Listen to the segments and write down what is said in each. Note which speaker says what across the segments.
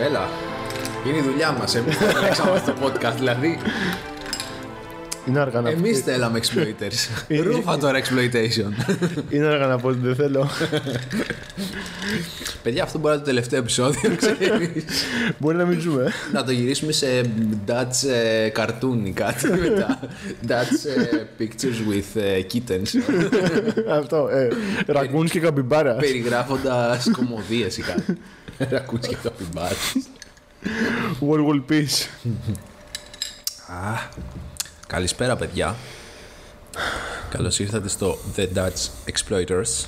Speaker 1: Έλα. Είναι η δουλειά μας. Εμείς φτιάξαμε αυτό το podcast. Δηλαδή,
Speaker 2: Είναι αργά να
Speaker 1: εμεί
Speaker 2: πω.
Speaker 1: θέλαμε exploiters. Ρούφα τώρα exploitation.
Speaker 2: Είναι αργά να πω ότι δεν θέλω.
Speaker 1: Παιδιά, αυτό μπορεί να είναι το τελευταίο επεισόδιο, ξέρεις.
Speaker 2: Μπορεί να μην ζούμε.
Speaker 1: να το γυρίσουμε σε Dutch ε, cartoon ή κάτι μετά. Dutch ε, pictures with ε, kittens.
Speaker 2: Αυτό. Ε, Ραγκούν και καμπιμπάρα.
Speaker 1: Περιγράφοντας κομμωδίες ή κάτι. Ρακούς και το πιμπάρι.
Speaker 2: World War Peace.
Speaker 1: Καλησπέρα, παιδιά. Καλώς ήρθατε στο The Dutch Exploiters.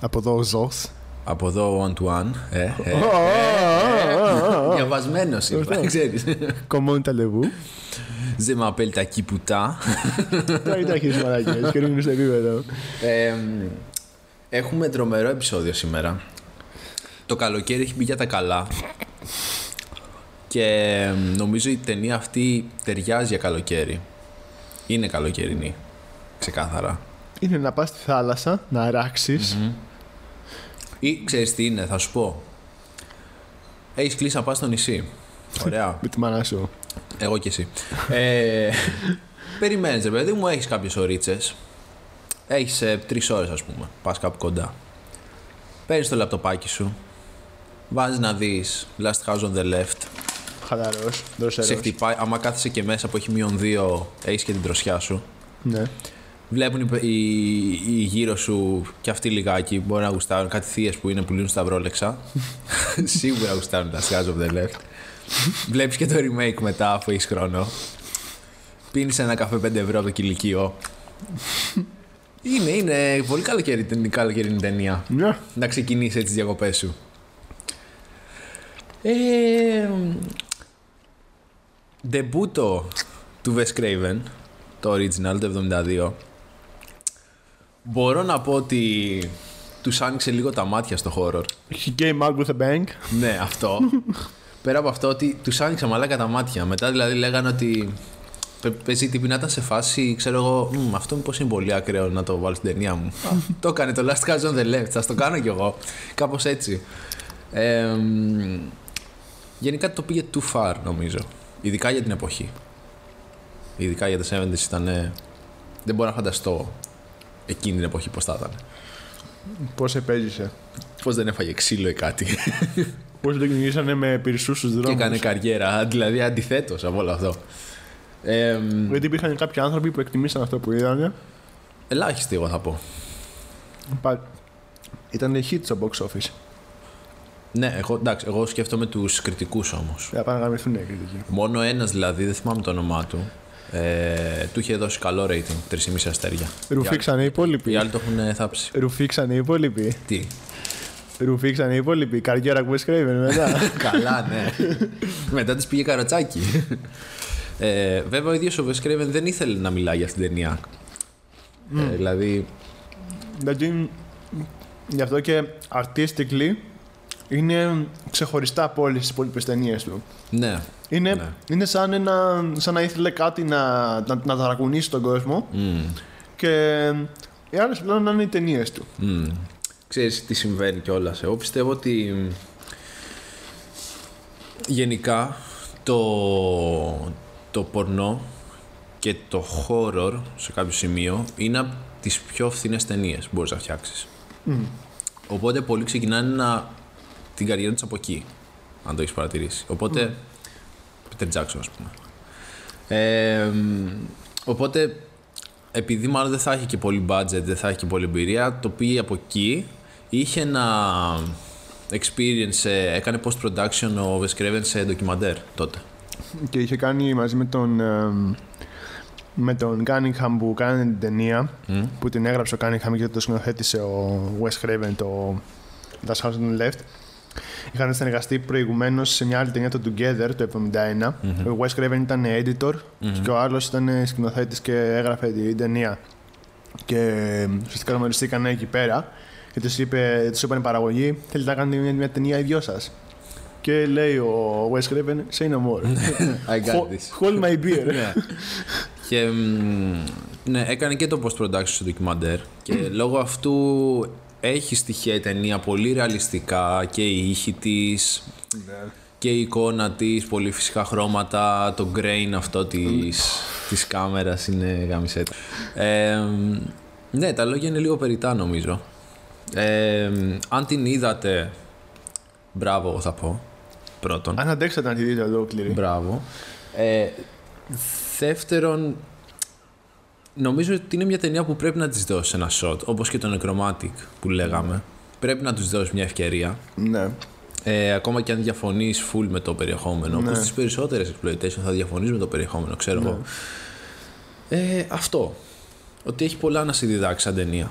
Speaker 2: Από εδώ ο Ζος.
Speaker 1: Από εδώ, one to one. Ε, ε. Διαβασμένο ήρθα, ξέρει.
Speaker 2: Κομμόνι τα λεβού.
Speaker 1: Δεν με απέλτα εκεί πουτά.
Speaker 2: Τα ήταν χειρί μαλάκια. Καινούργιο στο επίπεδο.
Speaker 1: Ε, Έχουμε τρομερό επεισόδιο σήμερα. Το καλοκαίρι έχει μπει για τα καλά. Και εμ, νομίζω η ταινία αυτή ταιριάζει για καλοκαίρι. Είναι καλοκαιρινή. Ξεκάθαρα.
Speaker 2: Είναι να πας στη θάλασσα, να αράξεις.
Speaker 1: Ή ξέρεις τι είναι, θα σου πω. Έχεις κλείσει να πας στο νησί. Ωραία.
Speaker 2: Με τη μάνα σου.
Speaker 1: Εγώ και εσύ. ε, περιμένεις, ρε παιδί μου, έχεις κάποιες ορίτσες. Έχεις ε, τρεις ώρες, ας πούμε. Πας κάπου κοντά. Παίρνεις το λαπτοπάκι σου. Βάζεις να δεις Last House on the Left.
Speaker 2: Χαλαρός.
Speaker 1: Σε
Speaker 2: Δροσερό.
Speaker 1: χτυπάει. Άμα κάθεσαι και μέσα που έχει μείον δύο, έχεις και την τροσιά σου.
Speaker 2: Ναι.
Speaker 1: Βλέπουν οι, οι- οι γύρω σου και αυτοί λιγάκι. Μπορεί να γουστάρουν κάτι θείες που είναι που λύνουν σταυρόλεξα. Σίγουρα γουστάρουν τα Scars of the Left. Βλέπεις και το remake μετά, αφού έχεις χρόνο. Πίνεις ένα καφέ 5 ευρώ από το κηλικείο. είναι, είναι πολύ καλοκαιρινή, καλοκαιρινή ταινία.
Speaker 2: Ναι.
Speaker 1: Να ξεκινήσεις έτσι τις διακοπές σου. Ε, ντεμπούτο του Wes Craven, το original το 72. Μπορώ να πω ότι τους άνοιξε λίγο τα μάτια στο horror.
Speaker 2: He came out with a bang.
Speaker 1: ναι, αυτό. Πέρα από αυτό ότι τους άνοιξε μαλάκα τα μάτια. Μετά δηλαδή λέγανε ότι πε- παίζει τύπη να ήταν σε φάση, ξέρω εγώ, «Μμ, αυτό μήπως είναι πολύ ακραίο να το βάλω στην ταινία μου. το έκανε το Last Catch on the Left, θα το κάνω κι εγώ. Κάπως έτσι. Ε, μ, γενικά το πήγε too far νομίζω. Ειδικά για την εποχή. Ειδικά για τα 70s ήταν... ε, Δεν μπορώ να φανταστώ εκείνη την εποχή πώς θα ήταν.
Speaker 2: Πώς επέζησε.
Speaker 1: Πώς δεν έφαγε ξύλο ή κάτι.
Speaker 2: Πώς το κυνηγήσανε με πυρσούς στους
Speaker 1: Και
Speaker 2: δρόμου.
Speaker 1: έκανε καριέρα, δηλαδή αντιθέτως από όλο αυτό. Ε, μ,
Speaker 2: Γιατί υπήρχαν κάποιοι άνθρωποι που εκτιμήσαν αυτό που είδανε.
Speaker 1: ελάχιστη, εγώ θα πω.
Speaker 2: But ήταν hit στο box office.
Speaker 1: Ναι, εγώ, εντάξει, εγώ σκέφτομαι τους κριτικούς όμως.
Speaker 2: Θα πάνε να γαμηθούν οι κριτικοί.
Speaker 1: Μόνο ένας δηλαδή, δεν θυμάμαι το όνομά του, ε, του είχε δώσει καλό rating, 3,5 αστέρια.
Speaker 2: Ρουφήξανε οι
Speaker 1: Οι
Speaker 2: υπόλοιποι.
Speaker 1: άλλοι το έχουν ε, θάψει.
Speaker 2: Ρουφήξανε οι υπόλοιποι.
Speaker 1: Τι.
Speaker 2: Ρουφήξανε οι υπόλοιποι. Καριέρα Wes Craven μετά.
Speaker 1: Καλά, ναι. Μετά της πήγε καρατσάκι. Ε, βέβαια, ο ίδιος ο Wes Craven δεν ήθελε να μιλάει για αυτήν την ταινία. Ε, δηλαδή,
Speaker 2: Δηλαδή, γι' αυτό και artistically είναι ξεχωριστά από όλες τις υπόλοιπες ταινίες του.
Speaker 1: ναι.
Speaker 2: Είναι,
Speaker 1: Ναι.
Speaker 2: είναι σαν, ένα, σαν να ήθελε κάτι να, να, να ταρακουνήσει τον κόσμο
Speaker 1: Μμ.
Speaker 2: και οι άλλες πλέον να είναι οι ταινίες του.
Speaker 1: Mm. Ξέρεις τι συμβαίνει κιόλας. Εγώ πιστεύω ότι μ, γενικά το, το πορνό και το horror σε κάποιο σημείο είναι από τις πιο φθηνές ταινίες που μπορείς να φτιάξεις. Οπότε πολλοί ξεκινάνε να, την καριέρα τους από εκεί, αν το έχεις παρατηρήσει. Οπότε, Peter Jackson ας πούμε. Ε, μ, οπότε, επειδή μάλλον δεν θα έχει και πολύ budget, δεν θα έχει και πολύ εμπειρία, το πήγε από εκεί. Είχε ένα experience, ε, έκανε post-production ο Wes Craven σε ντοκιμαντέρ τότε.
Speaker 2: Και είχε κάνει μαζί με τον. ε, με τον Cunningham που κάνει την ταινία που την έγραψε ο Cunningham και το σκηνοθέτησε ο Wes Craven το Das House on the Left είχαν συνεργαστεί προηγουμένως σε μια άλλη ταινία το Together το 1971 ο Wes Craven ήταν editor και ο άλλος ήταν σκηνοθέτης και έγραφε την ταινία και ε, ουσιαστικά γνωριστήκαν εκεί πέρα και τους, είπε, τους είπαν η παραγωγή θέλετε να κάνετε μια, μια ταινία οι δυο σας και λέει ο Wes Craven say no more
Speaker 1: I
Speaker 2: Ho- Hold my beer.
Speaker 1: και μ, ναι, έκανε και το post-production στο ντοκιμαντέρ και λόγω αυτού έχει στοιχεία η ταινία πολύ ρεαλιστικά και η ήχη της και η εικόνα της, πολύ φυσικά χρώματα, το grain αυτό της, της κάμερας είναι γαμισέτα. Ε, ναι, τα λόγια είναι λίγο περιτά νομίζω. Ε, αν την είδατε, μπράβο θα πω, πρώτον.
Speaker 2: Αν αντέξατε να τη δείτε ολόκληρη.
Speaker 1: Μπράβο. Ε, δεύτερον, νομίζω ότι είναι μια ταινία που πρέπει να της δώσεις ένα shot, όπως και το Necromantic που λέγαμε. Πρέπει να τους δώσεις μια ευκαιρία.
Speaker 2: Ναι.
Speaker 1: Ε, ακόμα και αν διαφωνείς full με το περιεχόμενο. Ναι. Όπω στι περισσότερες exploitation θα διαφωνείς με το περιεχόμενο, ξέρω
Speaker 2: Ναι.
Speaker 1: εγώ. Ε, αυτό. Ότι έχει πολλά να σε διδάξει σαν ταινία.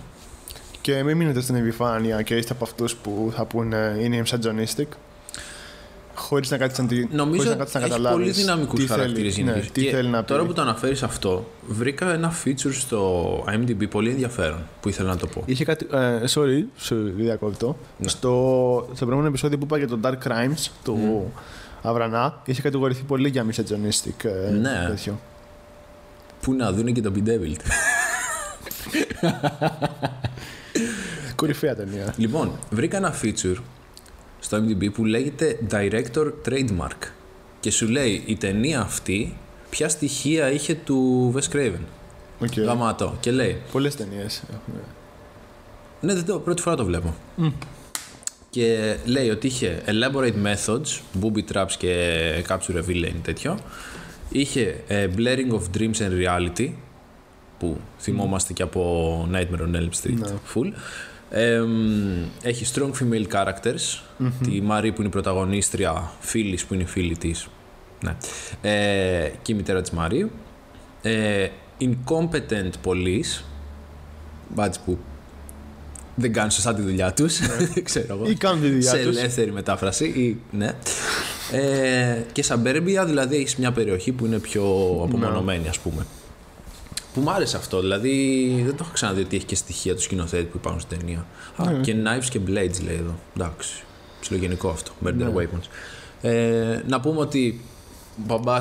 Speaker 2: Και μην μείνετε στην επιφάνεια και είστε από αυτούς που θα πούνε είναι misogynistic. Χωρίς να κάτσεις να, τη...
Speaker 1: Νομίζω
Speaker 2: χωρίς να,
Speaker 1: ότι
Speaker 2: κάτσεις να
Speaker 1: έχει
Speaker 2: καταλάβεις.
Speaker 1: πολύ δυναμικούς χαρακτήρε
Speaker 2: θέλει, ναι, τι θέλει να πει.
Speaker 1: Τώρα που το αναφέρεις αυτό, βρήκα ένα feature στο IMDb πολύ ενδιαφέρον που ήθελα να το πω.
Speaker 2: Είχε κάτι. ε, sorry, σου διακόπτω.
Speaker 1: Ναι.
Speaker 2: Στο, στο προηγούμενο επεισόδιο που είπα για το Dark Crimes του Αβρανά, είχε κατηγορηθεί πολύ για misogynistic ε,
Speaker 1: Ναι.
Speaker 2: τέτοιο.
Speaker 1: Πού να δούνε και το Bedeviled.
Speaker 2: Κορυφαία ταινία.
Speaker 1: λοιπόν, βρήκα ένα feature στο IMDb που λέγεται Director Trademark και σου λέει η ταινία αυτή ποια στοιχεία είχε του Wes Craven.
Speaker 2: Okay.
Speaker 1: Γαμάτο. Και λέει,
Speaker 2: Πολλές ταινίες.
Speaker 1: Ναι, δεν το, πρώτη φορά το βλέπω. Και λέει ότι είχε elaborate methods, booby traps και capture a villain τέτοιο. Είχε ε, blurring of dreams and reality, που θυμόμαστε και από Nightmare on Elm Street
Speaker 2: Ναι.
Speaker 1: full. Εμ, έχει strong female characters, τη Μαρή που είναι η πρωταγωνίστρια, Φίλης που είναι η φίλη της, ναι. ε, και η μητέρα της Μαρή. Ε, incompetent police, μπάτσι που δεν κάνουν σωστά τη δουλειά τους. Δεν ξέρω εγώ.
Speaker 2: Ναι. Ή κάνουν τη δουλειά
Speaker 1: Σε
Speaker 2: τους.
Speaker 1: ελεύθερη μετάφραση. Ή, ναι. Ε, και Σαμπέρμπια, δηλαδή έχεις μια περιοχή που είναι πιο
Speaker 2: Ναι.
Speaker 1: απομονωμένη, ας πούμε. Που μου άρεσε αυτό. Δηλαδή δεν το έχω ξαναδεί ότι έχει και στοιχεία του σκηνοθέτη που υπάρχουν στην ταινία. Α,
Speaker 2: Ναι,
Speaker 1: και Knives και Blades λέει εδώ. Εντάξει. Ψιλογενικό αυτό. Murder
Speaker 2: Ναι.
Speaker 1: Weapons. Ε, να πούμε ότι ο μπαμπάς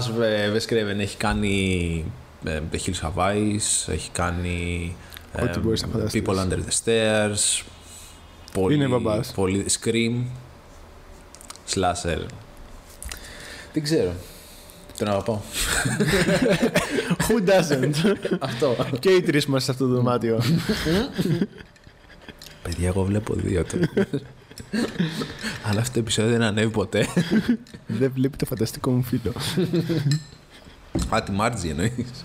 Speaker 1: Βεσκρέβεν έχει κάνει. Ε, The Hills Havais, έχει κάνει. ε,
Speaker 2: Ό,τι μπορείς να φανταστείς.
Speaker 1: People Under the Stairs. Πολύ,
Speaker 2: Είναι μπαμπάς.
Speaker 1: Πολύ, scream. Slasher. Δεν ξέρω. Τον αγαπάω.
Speaker 2: Who doesn't?
Speaker 1: Αυτό.
Speaker 2: και οι τρεις μας σε αυτό το δωμάτιο.
Speaker 1: Παιδιά, εγώ βλέπω δύο τώρα. Αλλά αυτό το επεισόδιο δεν ανέβει ποτέ.
Speaker 2: Δεν βλέπει το φανταστικό μου φίλο.
Speaker 1: Α, τη Μάρτζη εννοείς.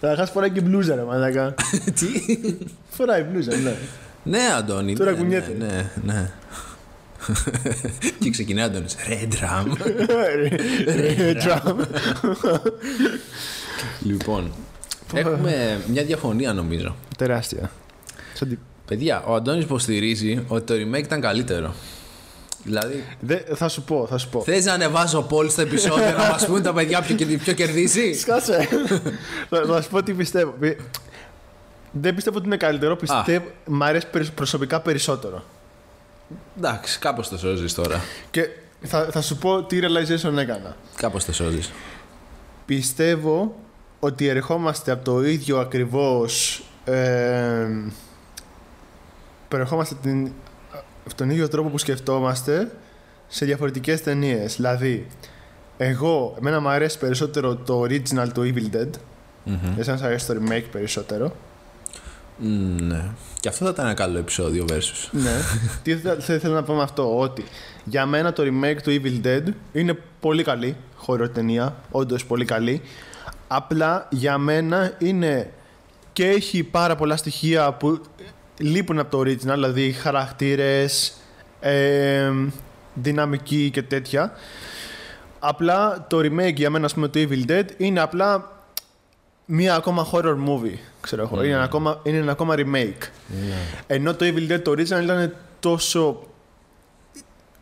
Speaker 2: Καταρχά φοράει και μπλούζα, ρε μαλάκα.
Speaker 1: Τι.
Speaker 2: Φοράει μπλούζα, ναι.
Speaker 1: Ναι, Αντώνη.
Speaker 2: Τώρα
Speaker 1: ναι,
Speaker 2: κουνιέται.
Speaker 1: Ναι, ναι. ναι. και ξεκινάει ο Αντώνης. Ρε ντραμ.
Speaker 2: Ρε, Τραμπ.
Speaker 1: λοιπόν, έχουμε μια διαφωνία νομίζω.
Speaker 2: Τεράστια. Σαν τη-
Speaker 1: Παιδιά, ο Αντώνης υποστηρίζει ότι το remake ήταν καλύτερο. Δηλαδή,
Speaker 2: Δε- θα σου πω, θα σου πω.
Speaker 1: θες να ανεβάζω poll στο επεισόδιο να μας πούν τα παιδιά ποιο, κερδι- ποιο κερδίζει.
Speaker 2: Σκάσε. θα, θα σου πω τι πιστεύω. Πι- Δεν πιστεύω ότι είναι καλύτερο. Πιστεύω. Μ' αρέσει περι- προσωπικά περισσότερο.
Speaker 1: Εντάξει, κάπως το σώζεις τώρα.
Speaker 2: Και θα, θα σου πω τι realization έκανα.
Speaker 1: Κάπως το σώζεις.
Speaker 2: Πιστεύω ότι ερχόμαστε από το ίδιο ακριβώς... Ε, προερχόμαστε την, από τον ίδιο τρόπο που σκεφτόμαστε σε διαφορετικές ταινίες. Δηλαδή, εγώ, εμένα μου αρέσει περισσότερο το original του Evil Dead. Εσένα σου αρέσει το remake περισσότερο.
Speaker 1: Μμμ, Ναι. Και αυτό θα ήταν ένα καλό επεισόδιο versus.
Speaker 2: Ναι. Τι θα, θα ήθελα να πω με αυτό, ότι για μένα το remake του Evil Dead είναι πολύ καλή χώρο ταινία, όντως πολύ καλή. Απλά για μένα είναι και έχει πάρα πολλά στοιχεία που λείπουν από το original, δηλαδή χαρακτήρες, ε, δυναμική και τέτοια. Απλά το remake για μένα, ας πούμε, του Evil Dead είναι απλά μία ακόμα horror movie, ξέρω εγώ. Είναι, ένα ακόμα, είναι ένα ακόμα remake. Ναι. Ενώ το Evil Dead το original ήταν τόσο...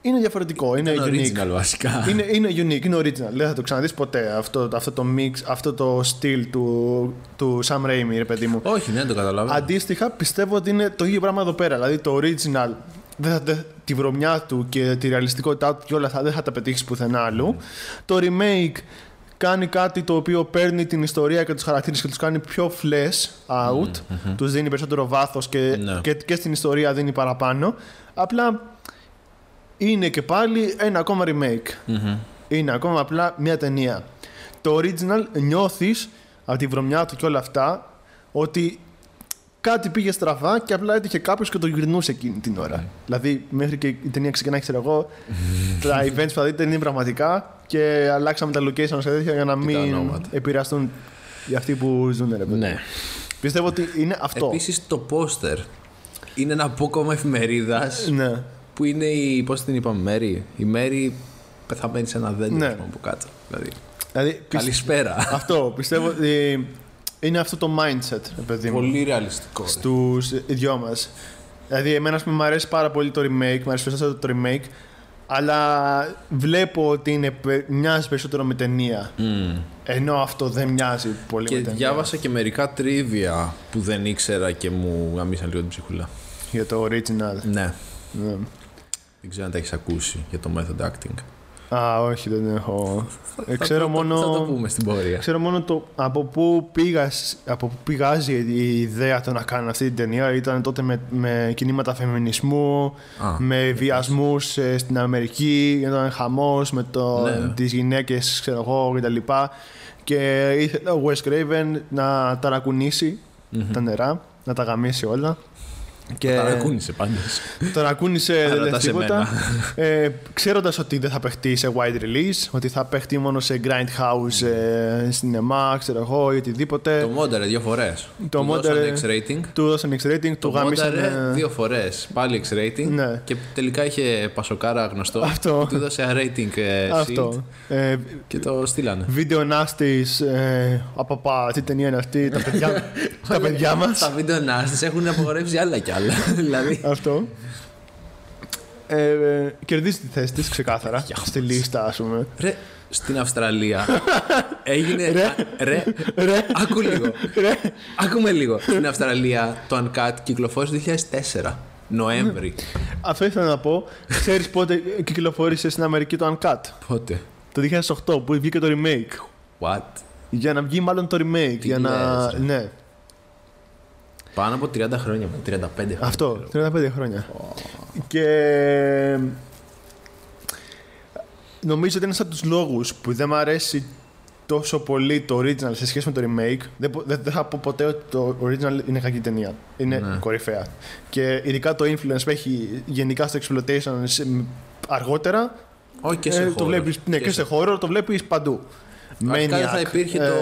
Speaker 2: Είναι διαφορετικό, είναι
Speaker 1: Ήταν
Speaker 2: unique.
Speaker 1: original βασικά.
Speaker 2: Είναι, είναι unique, είναι original. Δεν θα το ξαναδείς ποτέ αυτό, αυτό το mix, αυτό το στυλ του, του Sam Raimi, ρε παιδί μου.
Speaker 1: Όχι, ναι, το καταλαβαίνω.
Speaker 2: Αντίστοιχα, πιστεύω ότι είναι το ίδιο πράγμα εδώ πέρα. Δηλαδή, το original, δεν θα, δεν- τη βρωμιά του και τη ρεαλιστικότητά του και όλα αυτά δεν θα τα πετύχεις πουθενά αλλού. Το remake κάνει κάτι το οποίο παίρνει την ιστορία και τους χαρακτήρες και τους κάνει πιο flesh out, τους δίνει περισσότερο βάθος και,
Speaker 1: Ναι.
Speaker 2: και, και στην ιστορία δίνει παραπάνω. Απλά είναι και πάλι ένα ακόμα remake. Είναι ακόμα απλά μια ταινία. Το original νιώθεις από τη βρωμιά του και όλα αυτά ότι κάτι πήγε στραβά και απλά έτυχε κάποιος και το γυρνούσε εκείνη την ώρα. Δηλαδή, μέχρι και η ταινία ξεκινάει, ξέρω εγώ, τα events που θα δείτε είναι πραγματικά και αλλάξαμε τα locations και τέτοια για να μην
Speaker 1: ονόματα.
Speaker 2: επηρεαστούν οι αυτοί που ζουν, ρε παιδί.
Speaker 1: Ναι.
Speaker 2: Πιστεύω ότι είναι αυτό.
Speaker 1: Επίσης το πόστερ είναι ένα απόκομα εφημερίδας
Speaker 2: Ναι.
Speaker 1: που είναι η. Πώς την είπαμε, Μέρη. Η Μέρη πεθαμένη σε ένα δέντρο
Speaker 2: Ναι.
Speaker 1: ας πούμε, από κάτω. Δηλαδή.
Speaker 2: Δηλαδή, πι-
Speaker 1: Καλησπέρα.
Speaker 2: αυτό πιστεύω ότι είναι αυτό το mindset, ρε παιδί μου.
Speaker 1: Πολύ ρεαλιστικό. ρε.
Speaker 2: στους ε, δυο μας. Δηλαδή, εμένα ας πούμε, μου αρέσει πάρα πολύ το remake, μου αρέσει περισσότερο το remake, αλλά βλέπω ότι είναι, πε- μοιάζει περισσότερο με ταινία. Ενώ αυτό δεν μοιάζει πολύ
Speaker 1: Mm. Και
Speaker 2: με ταινία.
Speaker 1: διάβασα και μερικά τρίβια που δεν ήξερα και μου γαμίσαν λίγο την ψυχούλα.
Speaker 2: Για το original.
Speaker 1: Ναι.
Speaker 2: Ναι.
Speaker 1: Δεν ξέρω αν τα έχεις ακούσει για το method acting.
Speaker 2: Α, όχι, δεν έχω. Ε,
Speaker 1: Θα
Speaker 2: ξέρω
Speaker 1: το-
Speaker 2: μόνο.
Speaker 1: Θα το πούμε στην πορεία.
Speaker 2: Ξέρω μόνο το από πού πήγας, από πού πηγάζει η ιδέα το να κάνουν αυτή την ταινία. Ήταν τότε με, με κινήματα φεμινισμού,
Speaker 1: Α,
Speaker 2: με βιασμούς ε, στην Αμερική, ήταν χαμός με το,
Speaker 1: Ναι.
Speaker 2: τις γυναίκες, ξέρω εγώ, κτλ. Και, τα λοιπά. και ήθελε ο Wes Craven να ταρακουνήσει τα νερά, να τα γαμίσει όλα. Και
Speaker 1: Ταρακούνησε πάντω.
Speaker 2: ταρακούνησε δεν λες
Speaker 1: ρωτάς
Speaker 2: τίποτα.
Speaker 1: εμένα.
Speaker 2: Ε, ξέροντας ότι δεν θα παιχτεί σε wide release, ότι θα παιχτεί μόνο σε grindhouse, ε, cinema, ξέρω εγώ ή οτιδήποτε.
Speaker 1: Το μόνταρε δύο φορές.
Speaker 2: Ε, Το μόνταρε-
Speaker 1: X-rating.
Speaker 2: Του δώσαν X-rating, του
Speaker 1: Το μόνταρε
Speaker 2: γάμισαν. ε,
Speaker 1: δύο φορές. Πάλι X-rating.
Speaker 2: Ναι.
Speaker 1: Και τελικά είχε πασοκάρα γνωστό.
Speaker 2: Αυτό.
Speaker 1: Του έδωσε rating ε, sheet
Speaker 2: Αυτό. Ε,
Speaker 1: και το στείλανε.
Speaker 2: Βίντεο νάστης, ε, απαπα, τι ταινία είναι αυτή, τα παιδιά, τα παιδιά μας.
Speaker 1: Τα βίντεο νάστες έχουν απογορεύσει άλλα κι άλλα. δηλαδή.
Speaker 2: Αυτό. Ε, ε, κερδίζει τη θέση της ξεκάθαρα
Speaker 1: παιδιά
Speaker 2: στη λίστα ας πούμε
Speaker 1: Ρε, στην Αυστραλία έγινε.
Speaker 2: Ρε.
Speaker 1: α, ρε,
Speaker 2: Ρε.
Speaker 1: άκου λίγο.
Speaker 2: Ρε.
Speaker 1: Άκουμε λίγο. Στην Αυστραλία το Uncut κυκλοφόρησε το 2004. Νοέμβρη.
Speaker 2: Ναι. Αυτό ήθελα να πω Ξέρεις πότε κυκλοφόρησε στην Αμερική το Uncut
Speaker 1: Πότε.
Speaker 2: Το 2008 που βγήκε το remake
Speaker 1: What.
Speaker 2: Για να βγει μάλλον το remake
Speaker 1: Τι
Speaker 2: για να...
Speaker 1: λες, ρε.
Speaker 2: Ναι
Speaker 1: Πάνω από 30 χρόνια, 35 χρόνια.
Speaker 2: Αυτό, 35 χρόνια. Και νομίζω ότι είναι σαν τους λόγους που δεν μου αρέσει τόσο πολύ το original σε σχέση με το remake. Δεν, μπο- δεν- δεν θα πω ποτέ ότι το original είναι κακή ταινία. Είναι
Speaker 1: Ναι.
Speaker 2: κορυφαία. Και ειδικά το influence που έχει γενικά στο exploitation σε- αργότερα,
Speaker 1: Όχι και σε
Speaker 2: ε,
Speaker 1: χώρο.
Speaker 2: το βλέπεις, ναι, και, σε χώρο, το βλέπεις παντού.
Speaker 1: Αρχικά δεν
Speaker 2: Maniac,
Speaker 1: θα υπήρχε
Speaker 2: ε,
Speaker 1: το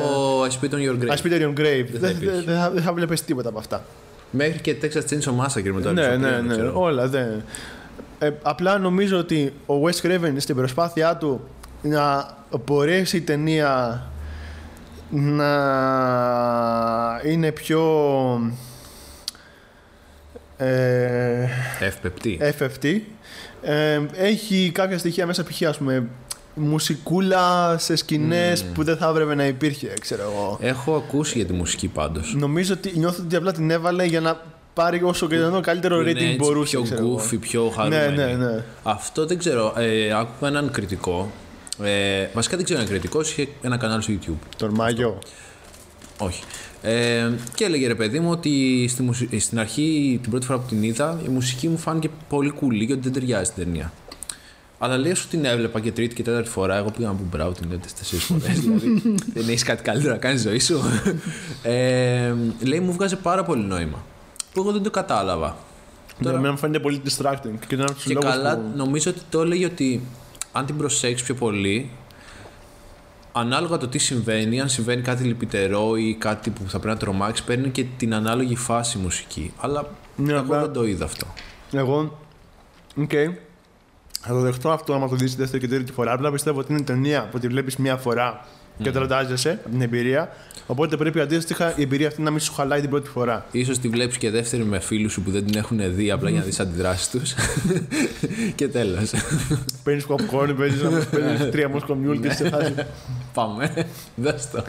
Speaker 1: I Spit on Your Grave.
Speaker 2: As Peter Your Grave.
Speaker 1: θα
Speaker 2: Δεν
Speaker 1: υπήρχε.
Speaker 2: δεν- δεν θα, δεν θα βλέπεις τίποτα από αυτά.
Speaker 1: Μέχρι και Texas Chainsaw Massacre με το
Speaker 2: Ναι,
Speaker 1: Elvis
Speaker 2: ναι,
Speaker 1: Presley,
Speaker 2: ναι.
Speaker 1: ξέρω.
Speaker 2: Όλα δεν. Ε, απλά νομίζω ότι ο Wes Craven στην προσπάθειά του να μπορέσει η ταινία να είναι πιο ε,
Speaker 1: Ευπεπτή.
Speaker 2: FFT ε, έχει κάποια στοιχεία μέσα π.χ. ας πούμε μουσικούλα σε σκηνές που δεν θα έπρεπε να υπήρχε ξέρω εγώ.
Speaker 1: Έχω ακούσει για τη μουσική πάντως.
Speaker 2: Νομίζω ότι νιώθω ότι απλά την έβαλε για να πάρει όσο και το καλύτερο rating μπορούσε.
Speaker 1: Ναι, Πιο
Speaker 2: ξέρω εγώ.
Speaker 1: goofy, πιο
Speaker 2: Ναι,
Speaker 1: χαρούμενη.
Speaker 2: ναι, ναι.
Speaker 1: Αυτό δεν ξέρω. Ε, άκουγα έναν κριτικό. Ε, βασικά δεν ξέρω έναν κριτικός. Είχε ένα κανάλι στο YouTube.
Speaker 2: Τον Μάγιο.
Speaker 1: Όχι. Ε, και έλεγε ρε παιδί μου ότι στη μουσι- ε, στην αρχή, την πρώτη φορά που την είδα, η μουσική μου φάνηκε πολύ κουλή και ότι δεν ταιριάζει στην ταινία. Αλλά λέει σου την έβλεπα και τρίτη και τέταρτη φορά. Εγώ πήγα να πω μπράβο, την είδα τέσσερις φορές. δηλαδή, δεν έχεις κάτι καλύτερο να κάνεις ζωή σου. Ε, λέει μου βγάζει πάρα πολύ νόημα. Που εγώ δεν το κατάλαβα.
Speaker 2: Ναι, εμένα μου φαίνεται πολύ distracting και είναι από τους
Speaker 1: Και
Speaker 2: λόγους
Speaker 1: καλά,
Speaker 2: που...
Speaker 1: νομίζω ότι το έλεγε ότι αν την προσέξεις πιο πολύ, ανάλογα το τι συμβαίνει, αν συμβαίνει κάτι λυπητερό ή κάτι που θα πρέπει να τρομάξεις, παίρνει και την ανάλογη φάση μουσική. Αλλά
Speaker 2: Ναι,
Speaker 1: εγώ
Speaker 2: απλά-
Speaker 1: δεν το είδα αυτό.
Speaker 2: Εγώ, οκ, θα το δεχτώ αυτό άμα το δεις τη δεύτερη και τρίτη φορά. Απλά πιστεύω ότι είναι ταινία που τη βλέπεις μία φορά και τραντάζεσαι από την εμπειρία. Οπότε πρέπει αντίστοιχα η εμπειρία αυτή να μην σου χαλάει την πρώτη φορά.
Speaker 1: Ίσως τη βλέπεις και δεύτερη με φίλους σου που δεν την έχουν δει απλά για να δεις αντιδράσεις τους. και τέλος.
Speaker 2: Παίρνει popcorn, παίρνει τρία μοσκομιούλ και σε φάση.
Speaker 1: Ναι. Πάμε. Δώσ' το.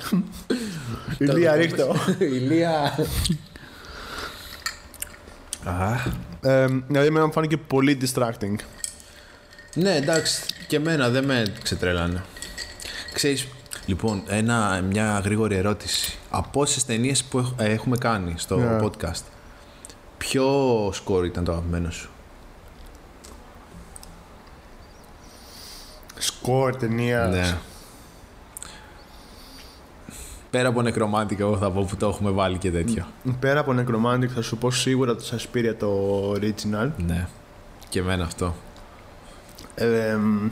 Speaker 2: Ηλία, ρίχτω.
Speaker 1: Ηλία.
Speaker 2: Ε, Δηλαδή, εμένα μου φάνηκε πολύ distracting.
Speaker 1: Ναι, εντάξει, και εμένα δεν με ξετρελάνε. Ξέρεις, λοιπόν, ένα, μια γρήγορη ερώτηση. Από όσες ταινίες που έχ- ε, έχουμε κάνει στο
Speaker 2: Ναι.
Speaker 1: podcast, ποιο σκορ ήταν το αγαπημένο σου.
Speaker 2: σκορ ταινίας.
Speaker 1: Ναι. Πέρα από νεκρομάντικα, εγώ θα πω που το έχουμε βάλει και τέτοιο.
Speaker 2: Πέρα από Necromantic θα σου πω σίγουρα το Σασπίρια το original.
Speaker 1: Ναι. Και εμένα αυτό.
Speaker 2: Ε, εμ,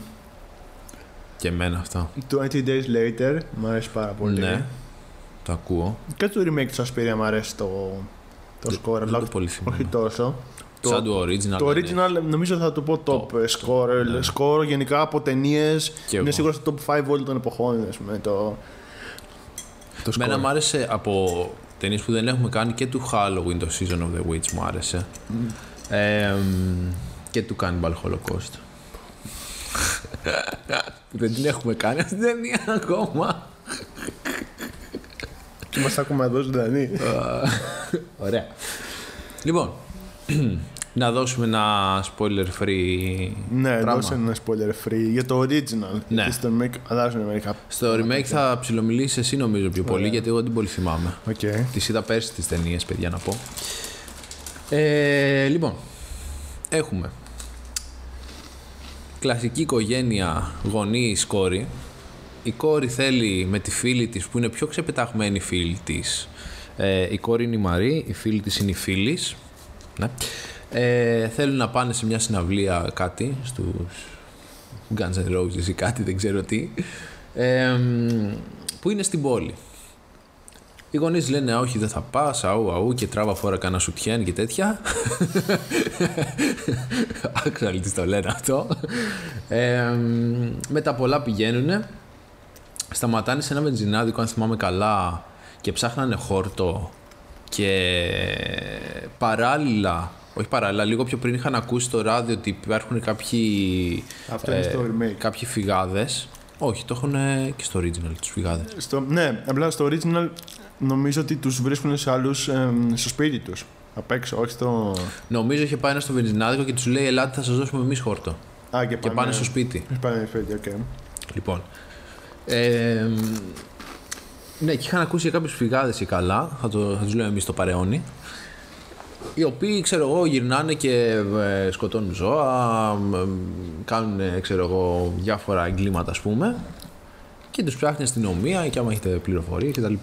Speaker 1: Και εμένα αυτό.
Speaker 2: 20 Days Later μου αρέσει πάρα πολύ.
Speaker 1: Ναι. Το ακούω.
Speaker 2: Και το remake του Σασπίρια μου αρέσει το, το
Speaker 1: Δεν-
Speaker 2: score,
Speaker 1: δεν
Speaker 2: αλλά
Speaker 1: το πολύ θυμάμαι.
Speaker 2: όχι τόσο.
Speaker 1: Σαν το original.
Speaker 2: Το
Speaker 1: δεν είναι.
Speaker 2: original νομίζω θα το πω top, ε,
Speaker 1: Top,
Speaker 2: score. Score γενικά από ταινίες.
Speaker 1: Κι
Speaker 2: Είναι
Speaker 1: εγώ.
Speaker 2: σίγουρα στο top 5 όλων των εποχών. Ας πούμε, το, το
Speaker 1: Μένα
Speaker 2: score.
Speaker 1: μου άρεσε από ταινίες που δεν έχουμε κάνει και του Halloween το Season of the Witch μου άρεσε. Ε, μ, και του Cannibal Holocaust. Που δεν την έχουμε κάνει αυτή την ταινία ακόμα.
Speaker 2: Και μας άκουμε εδώ δηλαδή. ζωντανή.
Speaker 1: Ε, Ωραία. Λοιπόν, να δώσουμε ένα spoiler free
Speaker 2: ναι,
Speaker 1: πράγμα.
Speaker 2: δώσε ένα spoiler free για το original.
Speaker 1: Ναι.
Speaker 2: Γιατί στο remake αλλάζουν μερικά.
Speaker 1: Στο remake θα ψιλομιλήσεις εσύ νομίζω πιο πολύ, γιατί εγώ δεν πολύ θυμάμαι.
Speaker 2: Οκ.
Speaker 1: Τη είδα πέρσι τις ταινίες, παιδιά, να πω. Ε, λοιπόν, έχουμε. Κλασική οικογένεια, γονεί, κόρη. Η κόρη θέλει με τη φίλη της που είναι πιο ξεπεταγμένη φίλη της. Ε, η κόρη είναι η Μαρή, η φίλη της είναι η Φίλης. Ναι. Ε, θέλουν να πάνε σε μια συναυλία κάτι στους Guns N' Roses ή κάτι, δεν ξέρω τι. Ε, μ, που είναι στην πόλη. Οι γονείς λένε «Α, όχι δεν θα πας, αού αού και τράβα φορά κανένα σουτιέν και τέτοια. Άξαλοι τι το λένε αυτό. Ε, μ, μετά πολλά πηγαίνουν, σταματάνε σε ένα βενζινάδικο αν θυμάμαι καλά και ψάχνανε χόρτο και παράλληλα, όχι παράλληλα, λίγο πιο πριν είχαν ακούσει στο ράδιο ότι υπάρχουν κάποιοι,
Speaker 2: Αυτό
Speaker 1: Ε,
Speaker 2: είναι στο remake.
Speaker 1: κάποιοι φυγάδες. Όχι, το έχουν ε, και στο original τους φυγάδες.
Speaker 2: Στο, ναι, απλά στο original νομίζω ότι τους βρίσκουν σε άλλους εμ, στο σπίτι τους. Απ' έξω, όχι στο...
Speaker 1: Νομίζω είχε πάει ένα στο βενζινάδικο και τους λέει: Ελάτε, θα σας δώσουμε εμείς χόρτο.
Speaker 2: Α, και
Speaker 1: Και
Speaker 2: πάνε,
Speaker 1: πάνε στο σπίτι.
Speaker 2: Πάνε στο σπίτι, οκ.
Speaker 1: Λοιπόν. Ε, μ, ναι, και είχαν ακούσει κάποιους φυγάδες ή καλά, θα, το, θα τους λέμε εμείς το παρεώνι. Οι οποίοι, ξέρω εγώ, γυρνάνε και ε, σκοτώνουν ζώα, μ, μ, κάνουν, ε, ξέρω εγώ, διάφορα εγκλήματα, ας πούμε. Και τους ψάχνει η αστυνομία και άμα έχετε πληροφορίες κτλ.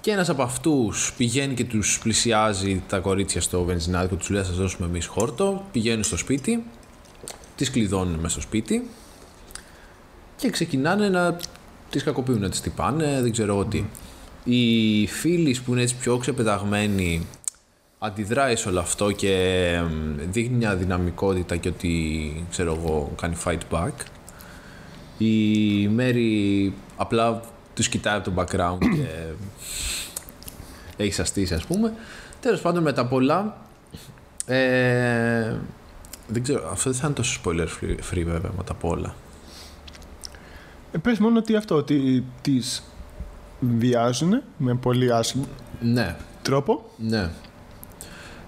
Speaker 1: Και ένας από αυτούς πηγαίνει και τους πλησιάζει τα κορίτσια στο βενζινάδικο, τους λέει θα σας δώσουμε εμείς χόρτο, πηγαίνουν στο σπίτι, τις κλειδώνουν μέσα στο σπίτι και ξεκινάνε να τις κακοποιούν, να τις τυπάνε, δεν ξέρω εγώ τι. Η φίλη που είναι έτσι πιο ξεπεταγμένη αντιδράει σε όλο αυτό και εμ, δείχνει μια δυναμικότητα και ότι, ξέρω εγώ, κάνει fight back. Η Μέρη απλά τους κοιτάει από το background και έχει αστήσει ας πούμε. Τέλος πάντων με τα πολλά ε, δεν ξέρω, αυτό δεν θα είναι τόσο spoiler free, free βέβαια με τα πολλά.
Speaker 2: Ε, πες μόνο ότι αυτό, ότι τις βιάζουν με πολύ άσχημο
Speaker 1: Ναι,
Speaker 2: τρόπο.
Speaker 1: ναι.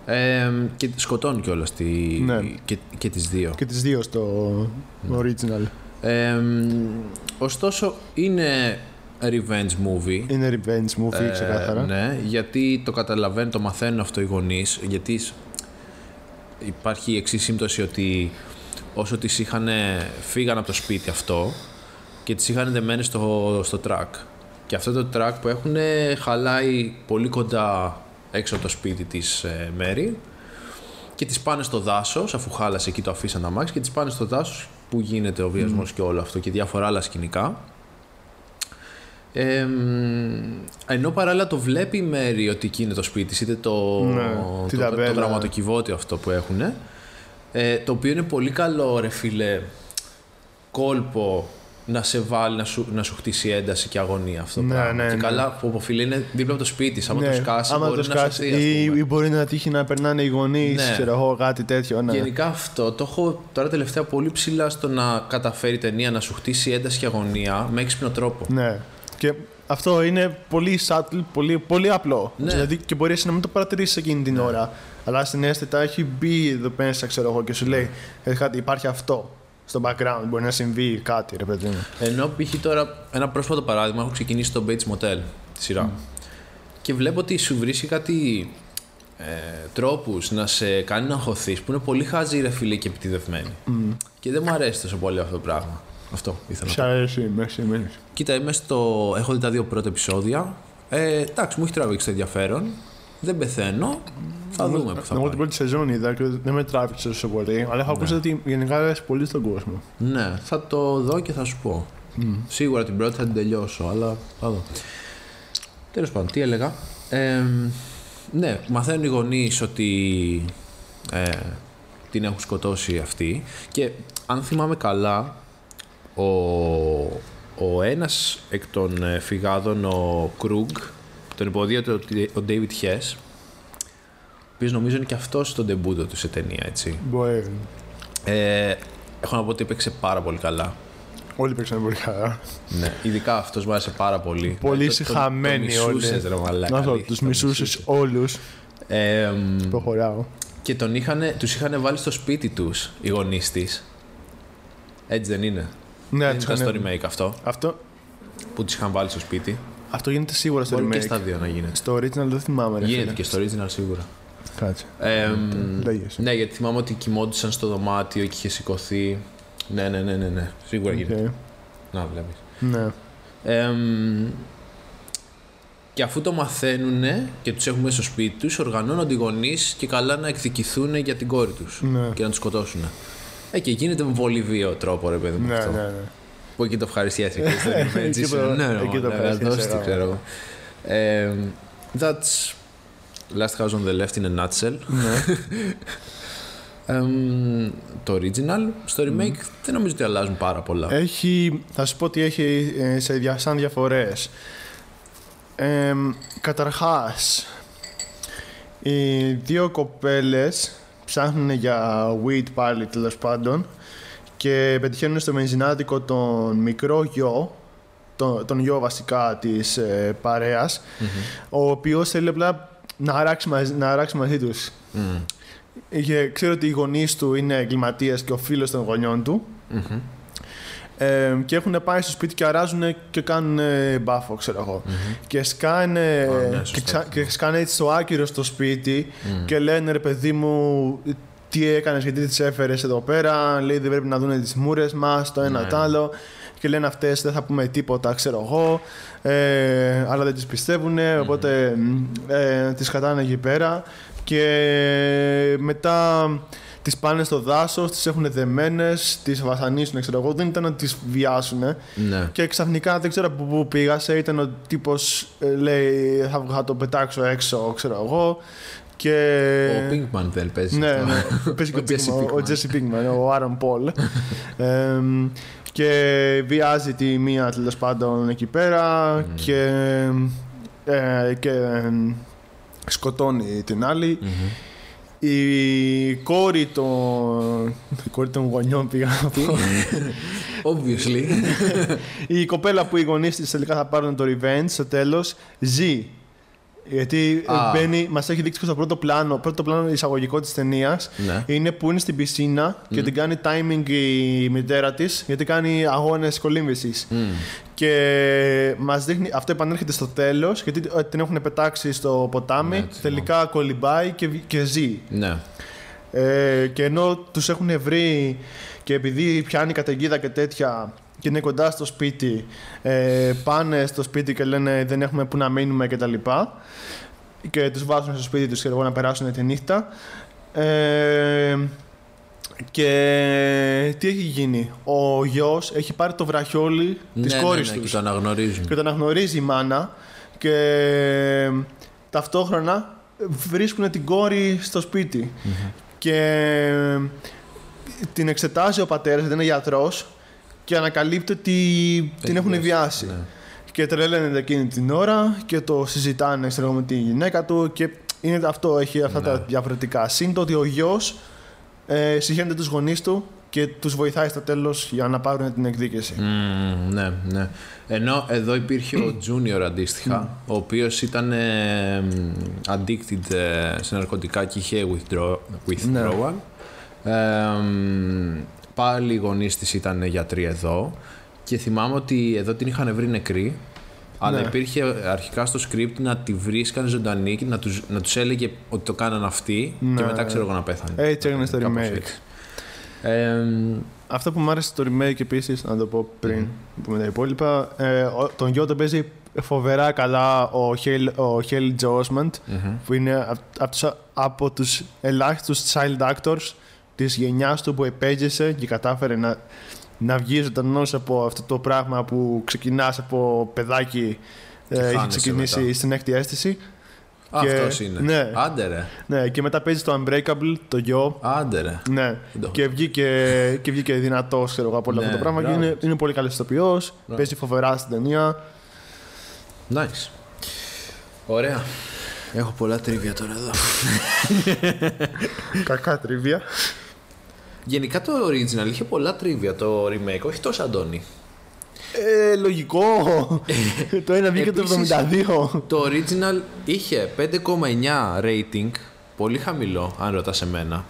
Speaker 1: Ε, και σκοτώνει κιόλας τη,
Speaker 2: Ναι.
Speaker 1: και, και τις δύο.
Speaker 2: Και τις δύο στο
Speaker 1: Ναι.
Speaker 2: original.
Speaker 1: Ε, ωστόσο είναι revenge movie.
Speaker 2: Είναι revenge movie,
Speaker 1: Ε,
Speaker 2: ξεκάθαρα.
Speaker 1: ναι, γιατί το καταλαβαίνουν, το μαθαίνουν αυτό οι γονείς. Γιατί σ- υπάρχει η εξή σύμπτωση ότι όσο τις είχαν φύγαν από το σπίτι αυτό και τις είχαν δεμένες στο, στο τρακ. Και αυτό το τρακ που έχουν χαλάει πολύ κοντά έξω από το σπίτι της ε, Μέρη και τις πάνε στο δάσος αφού χάλασε εκεί το αφήσαν τα μάξι και τις πάνε στο δάσος που γίνεται ο βιασμός και όλο αυτό και διάφορα άλλα σκηνικά. Ε, μ, ενώ παράλληλα το βλέπει η Μέρη ότι εκεί είναι το σπίτι της, είτε το,
Speaker 2: Ναι,
Speaker 1: το,
Speaker 2: την
Speaker 1: το,
Speaker 2: ταβέρνα.
Speaker 1: γραμματοκιβώτιο αυτό που έχουν. Ε, το οποίο είναι πολύ καλό ρε φίλε κόλπο να σε βάλει να σου, να σου χτίσει ένταση και αγωνία αυτό το
Speaker 2: Ναι,
Speaker 1: πράγμα.
Speaker 2: ναι,
Speaker 1: και
Speaker 2: ναι.
Speaker 1: καλά που που, φίλε είναι δίπλα από το σπίτι σου. Άμα το σκάσει,
Speaker 2: άμα
Speaker 1: μπορεί
Speaker 2: το
Speaker 1: να
Speaker 2: σκάσει
Speaker 1: σωθεί. ας
Speaker 2: ή,
Speaker 1: πούμε.
Speaker 2: ή μπορεί να τύχει να περνάνε οι γονείς,
Speaker 1: Ναι.
Speaker 2: ξέρω εγώ, κάτι τέτοιο. Ναι.
Speaker 1: Γενικά αυτό το έχω τώρα τελευταία πολύ ψηλά στο να καταφέρει η ταινία να σου χτίσει ένταση και αγωνία με έξυπνο τρόπο.
Speaker 2: ναι. Και αυτό είναι πολύ subtle, πολύ, πολύ απλό.
Speaker 1: Ναι.
Speaker 2: Δηλαδή και μπορεί εσύ να μην το παρατηρήσεις εκείνη την ώρα. Αλλά στην αίσθητα έχει μπει εδώ πέρα, ξέρω εγώ, και σου λέει «Ε, κάτι, υπάρχει αυτό στο background. Μπορεί να συμβεί κάτι, ρε παιδί μου.
Speaker 1: Ενώ π.χ. τώρα ένα πρόσφατο παράδειγμα, έχω ξεκινήσει το Bates Motel τη σειρά. Και βλέπω ότι σου βρίσκει κάτι ε, ε, τρόπους να σε κάνει να αγχωθείς που είναι πολύ χάζι ρε φίλε και επιτιδευμένοι. Και δεν μου αρέσει τόσο πολύ αυτό το πράγμα. Αυτό ήθελα να
Speaker 2: Σ'
Speaker 1: πω.
Speaker 2: αρέσει, μέσα εμένα.
Speaker 1: Κοίτα, είμαι στο... έχω δει τα δύο πρώτα επεισόδια. Ε, εντάξει, μου έχει τραβήξει το ενδιαφέρον. Δεν πεθαίνω. Θα δούμε που θα
Speaker 2: Εγώ την
Speaker 1: πάει.
Speaker 2: πρώτη σεζόν είδα και δεν με τράβηξε τόσο πολύ, αλλά έχω ακούσει ότι γενικά αρέσει πολύ στον κόσμο.
Speaker 1: Ναι, θα το δω και θα σου πω. Σίγουρα την πρώτη θα την τελειώσω, αλλά θα δω. Τέλος πάντων, τι έλεγα. Ε, ναι, μαθαίνουν οι γονείς ότι ε, την έχουν σκοτώσει αυτή. Και αν θυμάμαι καλά, ο, ο ένας εκ των ε, φυγάδων, ο Κρούγκ, τον υποδίατο ο David Hess, ο οποίος νομίζω είναι και αυτός στον τεμπούτο του σε ταινία, έτσι.
Speaker 2: Μπορεί.
Speaker 1: Ε, έχω να πω ότι έπαιξε πάρα πολύ καλά.
Speaker 2: Όλοι παίξαν πολύ καλά.
Speaker 1: Ναι. Ειδικά αυτός μου άρεσε πάρα πολύ. Δηλαδή,
Speaker 2: Πολύ
Speaker 1: συχαμένοι
Speaker 2: συχαμένοι όλοι.
Speaker 1: ρε μαλάκα.
Speaker 2: Να το,
Speaker 1: αλήθεια,
Speaker 2: τους
Speaker 1: τον μισούσες.
Speaker 2: μισούσες όλους.
Speaker 1: Ε, μ,
Speaker 2: Προχωράω. Ναι,
Speaker 1: και τον είχανε, τους είχαν βάλει στο σπίτι τους οι γονείς της. Έτσι δεν είναι.
Speaker 2: Ναι,
Speaker 1: δεν
Speaker 2: τους
Speaker 1: ήταν στο
Speaker 2: είχαν-
Speaker 1: remake αυτό
Speaker 2: Αυτό,
Speaker 1: που τους είχαν βάλει στο σπίτι.
Speaker 2: αυτό γίνεται σίγουρα στο
Speaker 1: Μπορεί και στα
Speaker 2: remake.
Speaker 1: δύο να γίνεται.
Speaker 2: Στο original δεν θυμάμαι, ρε.
Speaker 1: Γίνεται
Speaker 2: φίλε.
Speaker 1: και στο original σίγουρα.
Speaker 2: Κάτσε.
Speaker 1: Ε, μ,
Speaker 2: λέγες.
Speaker 1: ναι, γιατί θυμάμαι ότι κοιμόντουσαν στο δωμάτιο και είχε σηκωθεί. Ναι, ναι, ναι, ναι, ναι. Σίγουρα γίνεται.
Speaker 2: Οκ.
Speaker 1: Να βλέπεις.
Speaker 2: Ναι.
Speaker 1: Εμ, και αφού το μαθαίνουν και τους έχουμε στο σπίτι τους, οργανώνονται οι γονείς και καλά να εκδικηθούν για την κόρη τους
Speaker 2: Ναι.
Speaker 1: και να τους σκοτώσουν. Ε, και γίνεται με πολύ βίαιο τρόπο, ρε παιδί μου.
Speaker 2: Ναι,
Speaker 1: αυτό.
Speaker 2: ναι, ναι.
Speaker 1: Που εκεί το ευχαριστιέθηκα. στο Revenge
Speaker 2: Εκεί
Speaker 1: Edition.
Speaker 2: το-
Speaker 1: Ναι, ρε,
Speaker 2: εκεί το
Speaker 1: μαλάκα,
Speaker 2: ευχαριστιέσαι,
Speaker 1: δώσ' τη,
Speaker 2: ρε,
Speaker 1: ξέρω εγώ. Εμ, That's Last House on the Left in a Nutshell.
Speaker 2: Ναι.
Speaker 1: Εμ, το original. Στο remake
Speaker 2: Mm.
Speaker 1: δεν νομίζω ότι αλλάζουν πάρα πολλά.
Speaker 2: Ε, Έχει, θα σου πω ότι έχει ε, σε δια, σαν διαφορές. Ε, καταρχάς, οι δύο κοπέλες ψάχνουν για weed πάλι τέλος πάντων και πετυχαίνουν στο μενζινάτικο τον μικρό γιο, τον, τον γιο βασικά της ε, παρέας, ο οποίος θέλει απλά να αράξει, μαζί- να αράξει μαζί τους.
Speaker 1: Μμμ.
Speaker 2: Είχε- ξέρω ότι οι γονείς του είναι εγκληματίες και ο φίλος των γονιών του.
Speaker 1: Μμμ.
Speaker 2: Ε, και έχουν πάει στο σπίτι και αράζουν και κάνουν ε, μπάφο, ξέρω εγώ. Και σκάνε,
Speaker 1: Α, ναι,
Speaker 2: και,
Speaker 1: σωστά,
Speaker 2: ξα-
Speaker 1: σωστά.
Speaker 2: και σκάνε έτσι στο άκυρο στο σπιτι και λένε ρε παιδί μου, τι έκανες και τι τις έφερες εδώ πέρα. Λέει δεν πρέπει να δουν τις μούρες μας, το ένα
Speaker 1: Ναι.
Speaker 2: το άλλο. Και λένε αυτές δεν θα πούμε τίποτα, ξέρω εγώ. Ε, αλλά δεν τις πιστευουν οπότε ε, τις κατάνε εκεί πέρα. Και μετά τις πάνε στο δάσος, τις έχουν δεμένες, τις βασανίσουν, ξέρω εγώ. Δεν ήταν να τις βιάσουν.
Speaker 1: Ναι.
Speaker 2: Και ξαφνικά δεν ξέρω από πού πήγασε. Ήταν ο τύπος λέει θα, θα το πετάξω έξω, ξέρω εγώ. Και.
Speaker 1: Ο Pinkman δεν παίζει.
Speaker 2: Ε, Ναι,
Speaker 1: αυτό.
Speaker 2: ναι. Παίζει και
Speaker 1: Ο Jesse
Speaker 2: Pinkman, ο
Speaker 1: Pinkman.
Speaker 2: Jesse Pinkman, ο Άρον Πολ. Εμ, και βιάζει τη μία τέλος πάντων εκεί πέρα και, ε, και εμ, σκοτώνει την άλλη.
Speaker 1: Μμμ.
Speaker 2: Η κόρη των. Η κόρη των γονιών πήγα να πω.
Speaker 1: Obviously.
Speaker 2: Η κοπέλα που οι γονείς της τελικά θα πάρουν το revenge στο τέλος ζει. Γιατί ε,
Speaker 1: Α.
Speaker 2: μπαίνει, μας έχει δείξει και στο πρώτο πλάνο, πρώτο πλάνο εισαγωγικό της ταινίας.
Speaker 1: ναι.
Speaker 2: Είναι που είναι στην πισίνα και την κάνει timing η μητέρα της, γιατί κάνει αγώνες κολύμβησης.
Speaker 1: Μμμ.
Speaker 2: Και μας δείχνει, αυτό επανέρχεται στο τέλος, γιατί ε, την έχουν πετάξει στο ποτάμι.
Speaker 1: Ναι, έτσι,
Speaker 2: τελικά κολυμπάει και, βγει- και ζει.
Speaker 1: Ναι.
Speaker 2: Ε, και ενώ τους έχουν βρει και επειδή πιάνει καταιγίδα και τέτοια και είναι κοντά στο σπίτι, ε, πάνε στο σπίτι και λένε δεν έχουμε που να μείνουμε και τα λοιπά και τους βάζουν στο σπίτι τους ξέρω εγώ, να περάσουν τη νύχτα. Ε, και τι έχει γίνει. Ο γιος έχει πάρει το βραχιόλι της
Speaker 1: ναι,
Speaker 2: κόρης
Speaker 1: ναι, ναι,
Speaker 2: τους
Speaker 1: και το αναγνωρίζουν.
Speaker 2: και το αναγνωρίζει η μάνα και ταυτόχρονα βρίσκουν την κόρη στο σπιτι
Speaker 1: Mm-hmm.
Speaker 2: και την εξετάζει ο πατέρας, γιατί είναι γιατρός και ανακαλύπτει ότι την έχουν βιάσει.
Speaker 1: Ναι.
Speaker 2: Και τρελαίνεται εκείνη την ώρα και το συζητάνε ξέρω, εγώ, με τη γυναίκα του και είναι αυτό, έχει αυτά τα
Speaker 1: Ναι.
Speaker 2: διαφορετικά. Συν το ότι ο γιος ε, συγχαίρεται τους γονείς του και τους βοηθάει στο τέλος για να πάρουν την εκδίκηση.
Speaker 1: Μμμ, ναι, ναι. Ενώ εδώ υπήρχε ο Junior αντίστοιχα,
Speaker 2: Ναι.
Speaker 1: ο οποίος ήταν ε, μ, addicted ε, σε ναρκωτικά και είχε withdraw- withdrawal.
Speaker 2: Ναι.
Speaker 1: Ε, μ, πάλι οι γονείς της ήταν γιατροί εδώ και θυμάμαι ότι εδώ την είχαν βρει νεκρή Αλλά
Speaker 2: Ναι.
Speaker 1: υπήρχε αρχικά στο script να τη βρίσκανε ζωντανή και να τους να τους έλεγε ότι το κάνανε αυτοί και μετά ξέρω εγώ να πέθανε.
Speaker 2: Ναι. Έτσι έγινε στο
Speaker 1: Κάπως
Speaker 2: remake.
Speaker 1: έτσι. Ε,
Speaker 2: Αυτό που μου άρεσε το remake επίσης, να το πω πριν που με τα υπόλοιπα, ε, ο- τον γιο τον παίζει φοβερά καλά ο Χέλ, ο Χέλ Τζόσμαντ, που είναι απ- απ τους α- από τους ελάχιστους child actors της γενιάς του που επέγεσαι και κατάφερε να, να βγει ζωντανός από αυτό το πράγμα που ξεκινάς από παιδάκι
Speaker 1: Και
Speaker 2: ε, έχει
Speaker 1: χάνεσαι
Speaker 2: ξεκινήσει
Speaker 1: μετά.
Speaker 2: στην έκτη αίσθηση. Και-
Speaker 1: Αυτός είναι.
Speaker 2: ναι.
Speaker 1: Άντε ρε.
Speaker 2: Ναι, και μετά παίζει το Unbreakable, το γιο.
Speaker 1: Άντε ρε.
Speaker 2: Ναι.
Speaker 1: το έχω
Speaker 2: Και βγήκε, και βγήκε δυνατός ξέρω, εγώ, από όλο
Speaker 1: Ναι,
Speaker 2: αυτό το πράγμα. Και
Speaker 1: μπράβο. Ναι.
Speaker 2: είναι, είναι πολύ καλός ηθοποιός.
Speaker 1: Μπράβο.
Speaker 2: Παίζει φοβερά στην ταινία.
Speaker 1: Nice. Ωραία. Έχω πολλά τρίβια τώρα εδώ.
Speaker 2: Κακά τριβία.
Speaker 1: Γενικά το original είχε πολλά τρίβια το remake, όχι τόσο Αντώνη.
Speaker 2: Ε, λογικό. το ένα βγήκε το
Speaker 1: Επίσης-
Speaker 2: 72.
Speaker 1: Το original είχε 5,9 rating, πολύ χαμηλό αν ρωτάς εμένα,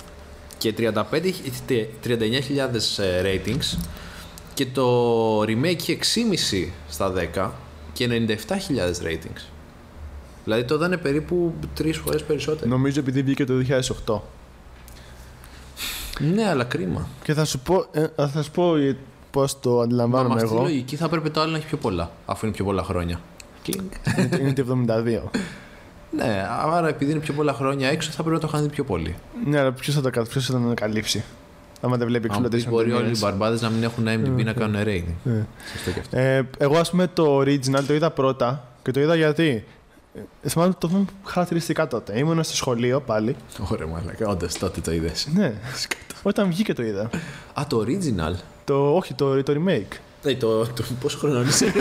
Speaker 1: και 35 είχε- 39.000 ε, ratings και το remake είχε 6,5 στα 10 και 97.000 ratings. Δηλαδή το ήταν περίπου τρεις φορές περισσότερο.
Speaker 2: Νομίζω επειδή βγήκε το 2008.
Speaker 1: Ναι, αλλά κρίμα.
Speaker 2: Και θα σου πω, ε, θα σου πω πώς το
Speaker 1: Μα
Speaker 2: αντιλαμβάνομαι
Speaker 1: στη
Speaker 2: εγώ.
Speaker 1: λογική θα έπρεπε το άλλο να έχει πιο πολλά, αφού είναι πιο πολλά χρόνια.
Speaker 2: Είναι- είναι το 72.
Speaker 1: Ναι, άρα επειδή είναι πιο πολλά χρόνια έξω θα πρέπει να το είχαν δει πιο πολύ.
Speaker 2: ναι, αλλά ποιος θα το κα- ποιος θα τον ανακαλύψει. Άμα δεν βλέπει
Speaker 1: Αν πεις,
Speaker 2: εξουλωτέ
Speaker 1: μπορεί όλοι οι μπαρμπάδες να μην έχουν IMDb να κάνουν rating.
Speaker 2: Ναι.
Speaker 1: Σωστό και αυτό.
Speaker 2: Ε, εγώ, ας πούμε, το original το είδα πρώτα και το είδα γιατί. Ε, θυμάμαι το θυμάμαι χαρακτηριστικά τότε. Ήμουνα στο σχολείο πάλι.
Speaker 1: Ωραία, μαλακά. Όντω τότε το είδες.
Speaker 2: Ναι. Όταν βγήκε το είδα.
Speaker 1: Α, το original.
Speaker 2: Το, όχι, το, το remake.
Speaker 1: Ε, το, το, πόσο χρόνο είσαι.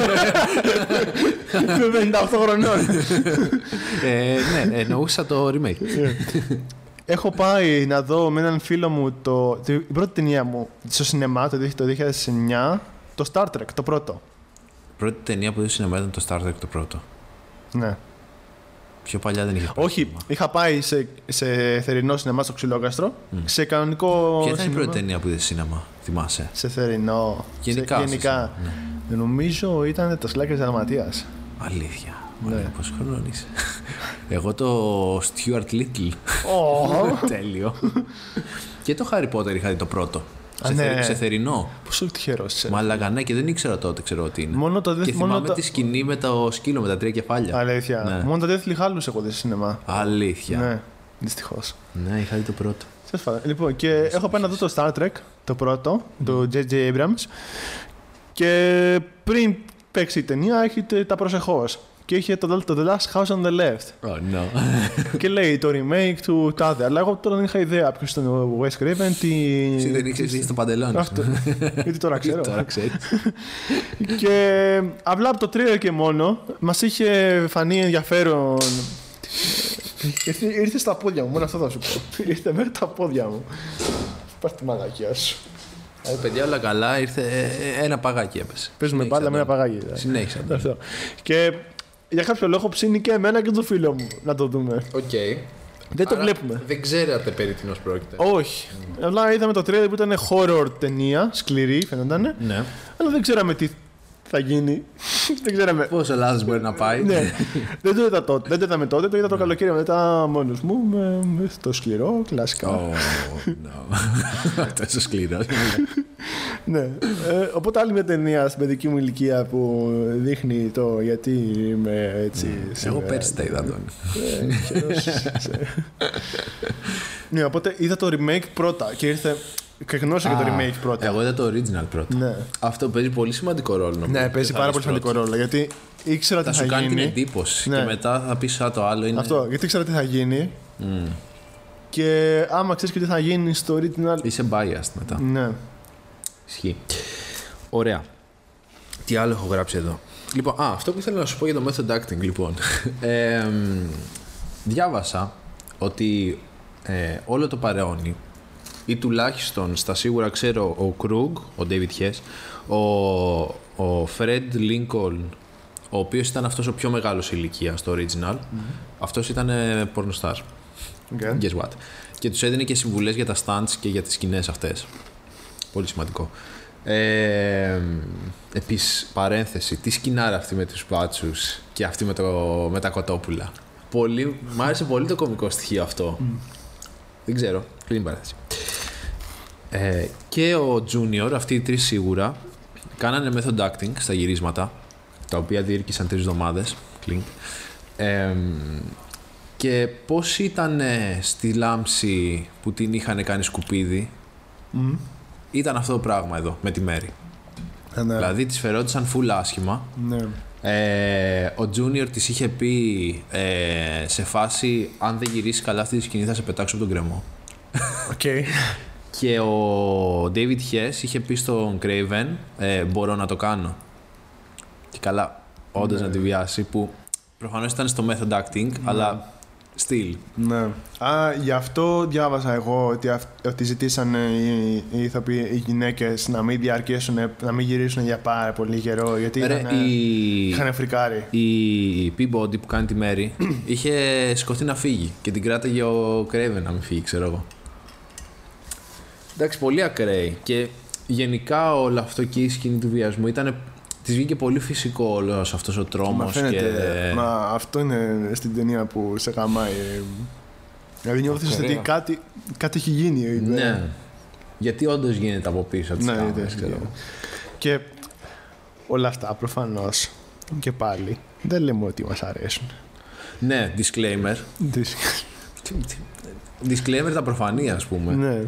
Speaker 2: Είμαι 58 χρονών.
Speaker 1: ε, ναι, εννοούσα το remake.
Speaker 2: Έχω πάει να δω με έναν φίλο μου το, την πρώτη ταινία μου στο σινεμά το, το 2009. Το Star Trek, το πρώτο.
Speaker 1: Πρώτη ταινία που είδε στο σινεμά ήταν το Star Trek το πρώτο.
Speaker 2: Ναι.
Speaker 1: Πιο παλιά δεν είχε πάει
Speaker 2: Όχι,
Speaker 1: σινεμά.
Speaker 2: είχα πάει σε, σε θερινό σινεμά στο Ξυλόκαστρο. Σε κανονικό.
Speaker 1: Ποια ήταν η πρώτη
Speaker 2: σινεμά.
Speaker 1: ταινία που είδες σινεμά, θυμάσαι.
Speaker 2: Σε θερινό.
Speaker 1: Γενικά, ναι.
Speaker 2: Σε,
Speaker 1: στο
Speaker 2: γενικά. Νομίζω ήταν τα σλάκια τη Δαλματία.
Speaker 1: Αλήθεια.
Speaker 2: Ναι.
Speaker 1: Ναι. Πόσο χρόνο είσαι. Εγώ το Stuart Little. Τέλειο. και το Harry Potter είχα δει το πρώτο.
Speaker 2: Α,
Speaker 1: σε,
Speaker 2: ναι.
Speaker 1: θερι- σε θερινό.
Speaker 2: Πόσο τυχερός είσαι.
Speaker 1: Μαλάκα, ναι, και δεν ήξερα τότε, ξέρω ότι είναι.
Speaker 2: Μόνο το
Speaker 1: και
Speaker 2: δεύτερο.
Speaker 1: θυμάμαι
Speaker 2: Μόνο το...
Speaker 1: τη σκηνή με το σκύλο με τα τρία κεφάλια.
Speaker 2: Αλήθεια.
Speaker 1: Ναι.
Speaker 2: Μόνο το Deathly Hallows έχω δει στο σινεμά.
Speaker 1: Αλήθεια.
Speaker 2: Ναι, δυστυχώς.
Speaker 1: Ναι, είχα δει το πρώτο.
Speaker 2: Λοιπόν, και έχω πάει να δω το Star Trek, το πρώτο, το J.J. Abrams. Και πριν παίξει η ταινία, έχετε τα προσεχώς. Και είχε το, το The Last House on the Left.
Speaker 1: Oh, no.
Speaker 2: και λέει το remake του τάδε. Αλλά εγώ τώρα δεν είχα ιδέα ποιος ήταν ο Wes Craven. Τι...
Speaker 1: Εσύ δεν ήξερε τι στο παντελόνι.
Speaker 2: Αυτό. Γιατί τώρα ξέρω.
Speaker 1: Τώρα ξέρεις.
Speaker 2: και απλά από το τρίλερ και μόνο μας είχε φανεί ενδιαφέρον. Ήρθε, ήρθε στα πόδια μου, μόνο αυτό θα σου πω. Ήρθε μέχρι τα πόδια μου. Πάρ' τη μαλακιά σου.
Speaker 1: Ε, παιδιά, όλα καλά. Ήρθε ε, ε, ένα παγάκι έπεσε.
Speaker 2: Παίζουμε
Speaker 1: Συνέχισε,
Speaker 2: μπάλα με ένα
Speaker 1: Αντώνη.
Speaker 2: παγάκι. δηλαδή.
Speaker 1: Συνέχισε. Αντώνη.
Speaker 2: Αυτό. Και για κάποιο λόγο ψήνει και εμένα και τον φίλο μου να το δούμε.
Speaker 1: Οκ.
Speaker 2: Δεν το
Speaker 1: Άρα
Speaker 2: βλέπουμε.
Speaker 1: Δεν ξέρατε περί τίνος πρόκειται.
Speaker 2: Όχι. Απλά είδαμε το τρέλερ που ήταν horror ταινία, σκληρή φαίνονταν.
Speaker 1: Ναι.
Speaker 2: Αλλά δεν ξέραμε τι θα γίνει. δεν ξέραμε.
Speaker 1: Πόσο λάθος μπορεί να πάει.
Speaker 2: ναι. δεν το είδα τότε. Δεν το είδαμε τότε, το είδα το καλοκαίρι μετά μόνος μου. Με, με το σκληρό, κλασικά.
Speaker 1: Oh, no. Τόσο σκληρός.
Speaker 2: Ναι. Ε, οπότε άλλη μια ταινία στην παιδική μου ηλικία που δείχνει το γιατί είμαι έτσι.
Speaker 1: Εγώ
Speaker 2: σήμερα.
Speaker 1: πέρσι τα είδα, Αντώνη.
Speaker 2: Ε, χερός. ναι, οπότε είδα το remake πρώτα και ήρθε. Και γνώρισα και το
Speaker 1: Α,
Speaker 2: remake πρώτα.
Speaker 1: Εγώ είδα το original πρώτα.
Speaker 2: Ναι.
Speaker 1: Αυτό παίζει πολύ σημαντικό ρόλο. νομίζω.
Speaker 2: Ναι, παίζει
Speaker 1: Θα
Speaker 2: πάρα
Speaker 1: δεις
Speaker 2: πολύ
Speaker 1: πρώτα.
Speaker 2: σημαντικό ρόλο γιατί ήξερα
Speaker 1: Θα
Speaker 2: τι
Speaker 1: σου
Speaker 2: θα
Speaker 1: κάνει την
Speaker 2: γίνει.
Speaker 1: εντύπωση. ναι.
Speaker 2: Ναι.
Speaker 1: Και μετά θα πεις Α, το άλλο είναι.
Speaker 2: Αυτό, γιατί ήξερα τι θα γίνει. Και άμα ξέρεις και τι θα γίνει στο original.
Speaker 1: Είσαι biased μετά.
Speaker 2: Ναι.
Speaker 1: Ισχύει. Ωραία. Τι άλλο έχω γράψει εδώ. Λοιπόν, α, αυτό που ήθελα να σου πω για το method acting, λοιπόν. Ε, μ, διάβασα ότι ε, όλο το παρεώνι ή τουλάχιστον στα σίγουρα ξέρω ο Κρούγκ, ο David Hess, ο, ο Fred Lincoln, ο οποίος ήταν αυτός ο πιο μεγάλος ηλικίας στο original, αυτός ήταν ε, pornostar.
Speaker 2: Okay.
Speaker 1: Guess what. Και τους έδινε και συμβουλές για τα stunts και για τις σκηνές αυτές. Πολύ σημαντικό. Ε, επίσης, παρένθεση, τι σκηνάρα αυτή με τους μπάτσους και αυτή με, το, με τα κοτόπουλα. Πολύ, μ' άρεσε πολύ το κομικό στοιχείο αυτό. Δεν ξέρω, κλείνει η παρένθεση. Ε, και ο Junior, αυτοί οι τρεις σίγουρα, κάνανε method acting στα γυρίσματα, τα οποία διήρκησαν τρεις εβδομάδες. Κλείνει. Ε, και πώς ήταν στη λάμψη που την είχαν κάνει σκουπίδι, ήταν αυτό το πράγμα εδώ, με τη Μέρη.
Speaker 2: Ναι.
Speaker 1: Δηλαδή τη φερόντουσαν full άσχημα.
Speaker 2: ναι.
Speaker 1: Ε, ο Junior της είχε πει ε, σε φάση αν δεν γυρίσει καλά αυτή τη σκηνή θα σε πετάξω από τον κρεμό.
Speaker 2: Οκ.
Speaker 1: Και ο David Hess είχε πει στον Craven ε, μπορώ να το κάνω. Και καλά όντως να τη βιάσει που προφανώς ήταν στο method acting αλλά still.
Speaker 2: Ναι. Α, γι' αυτό διάβασα εγώ ότι, αυ- ότι ζητήσαν οι, οι ηθοποιοί, οι γυναίκες να μην διαρκέσουν, να μην γυρίσουν για πάρα πολύ καιρό, γιατί
Speaker 1: Ρε,
Speaker 2: είχαν,
Speaker 1: η-
Speaker 2: ναι. είχαν φρικάρει.
Speaker 1: Η Peabody που κάνει τη Μέρη είχε σηκωθεί να φύγει και την κράταγε ο Craven να μην φύγει, ξέρω εγώ. Εντάξει, πολύ ακραίοι. Και γενικά όλο αυτό και η σκηνή του βιασμού ήταν. Της βγήκε πολύ φυσικό όλος αυτός ο τρόμος.
Speaker 2: Μα φαίνεται,
Speaker 1: Και...
Speaker 2: μα αυτό είναι στην ταινία που σε χαμάει. ε. Δηλαδή νιώθεις ότι
Speaker 1: Ακραίο.
Speaker 2: κάτι, κάτι έχει γίνει. ε.
Speaker 1: Ναι. Γιατί όντως γίνεται από πίσω τη
Speaker 2: Ναι,
Speaker 1: ναι,
Speaker 2: δεν
Speaker 1: ξέρω. εγώ.
Speaker 2: γίνεται. Και όλα αυτά προφανώς και πάλι δεν λέμε ότι μας αρέσουν.
Speaker 1: Ναι, disclaimer.
Speaker 2: Τις-
Speaker 1: Ναι. Disclaimer τα προφανή, ας πούμε.
Speaker 2: ναι.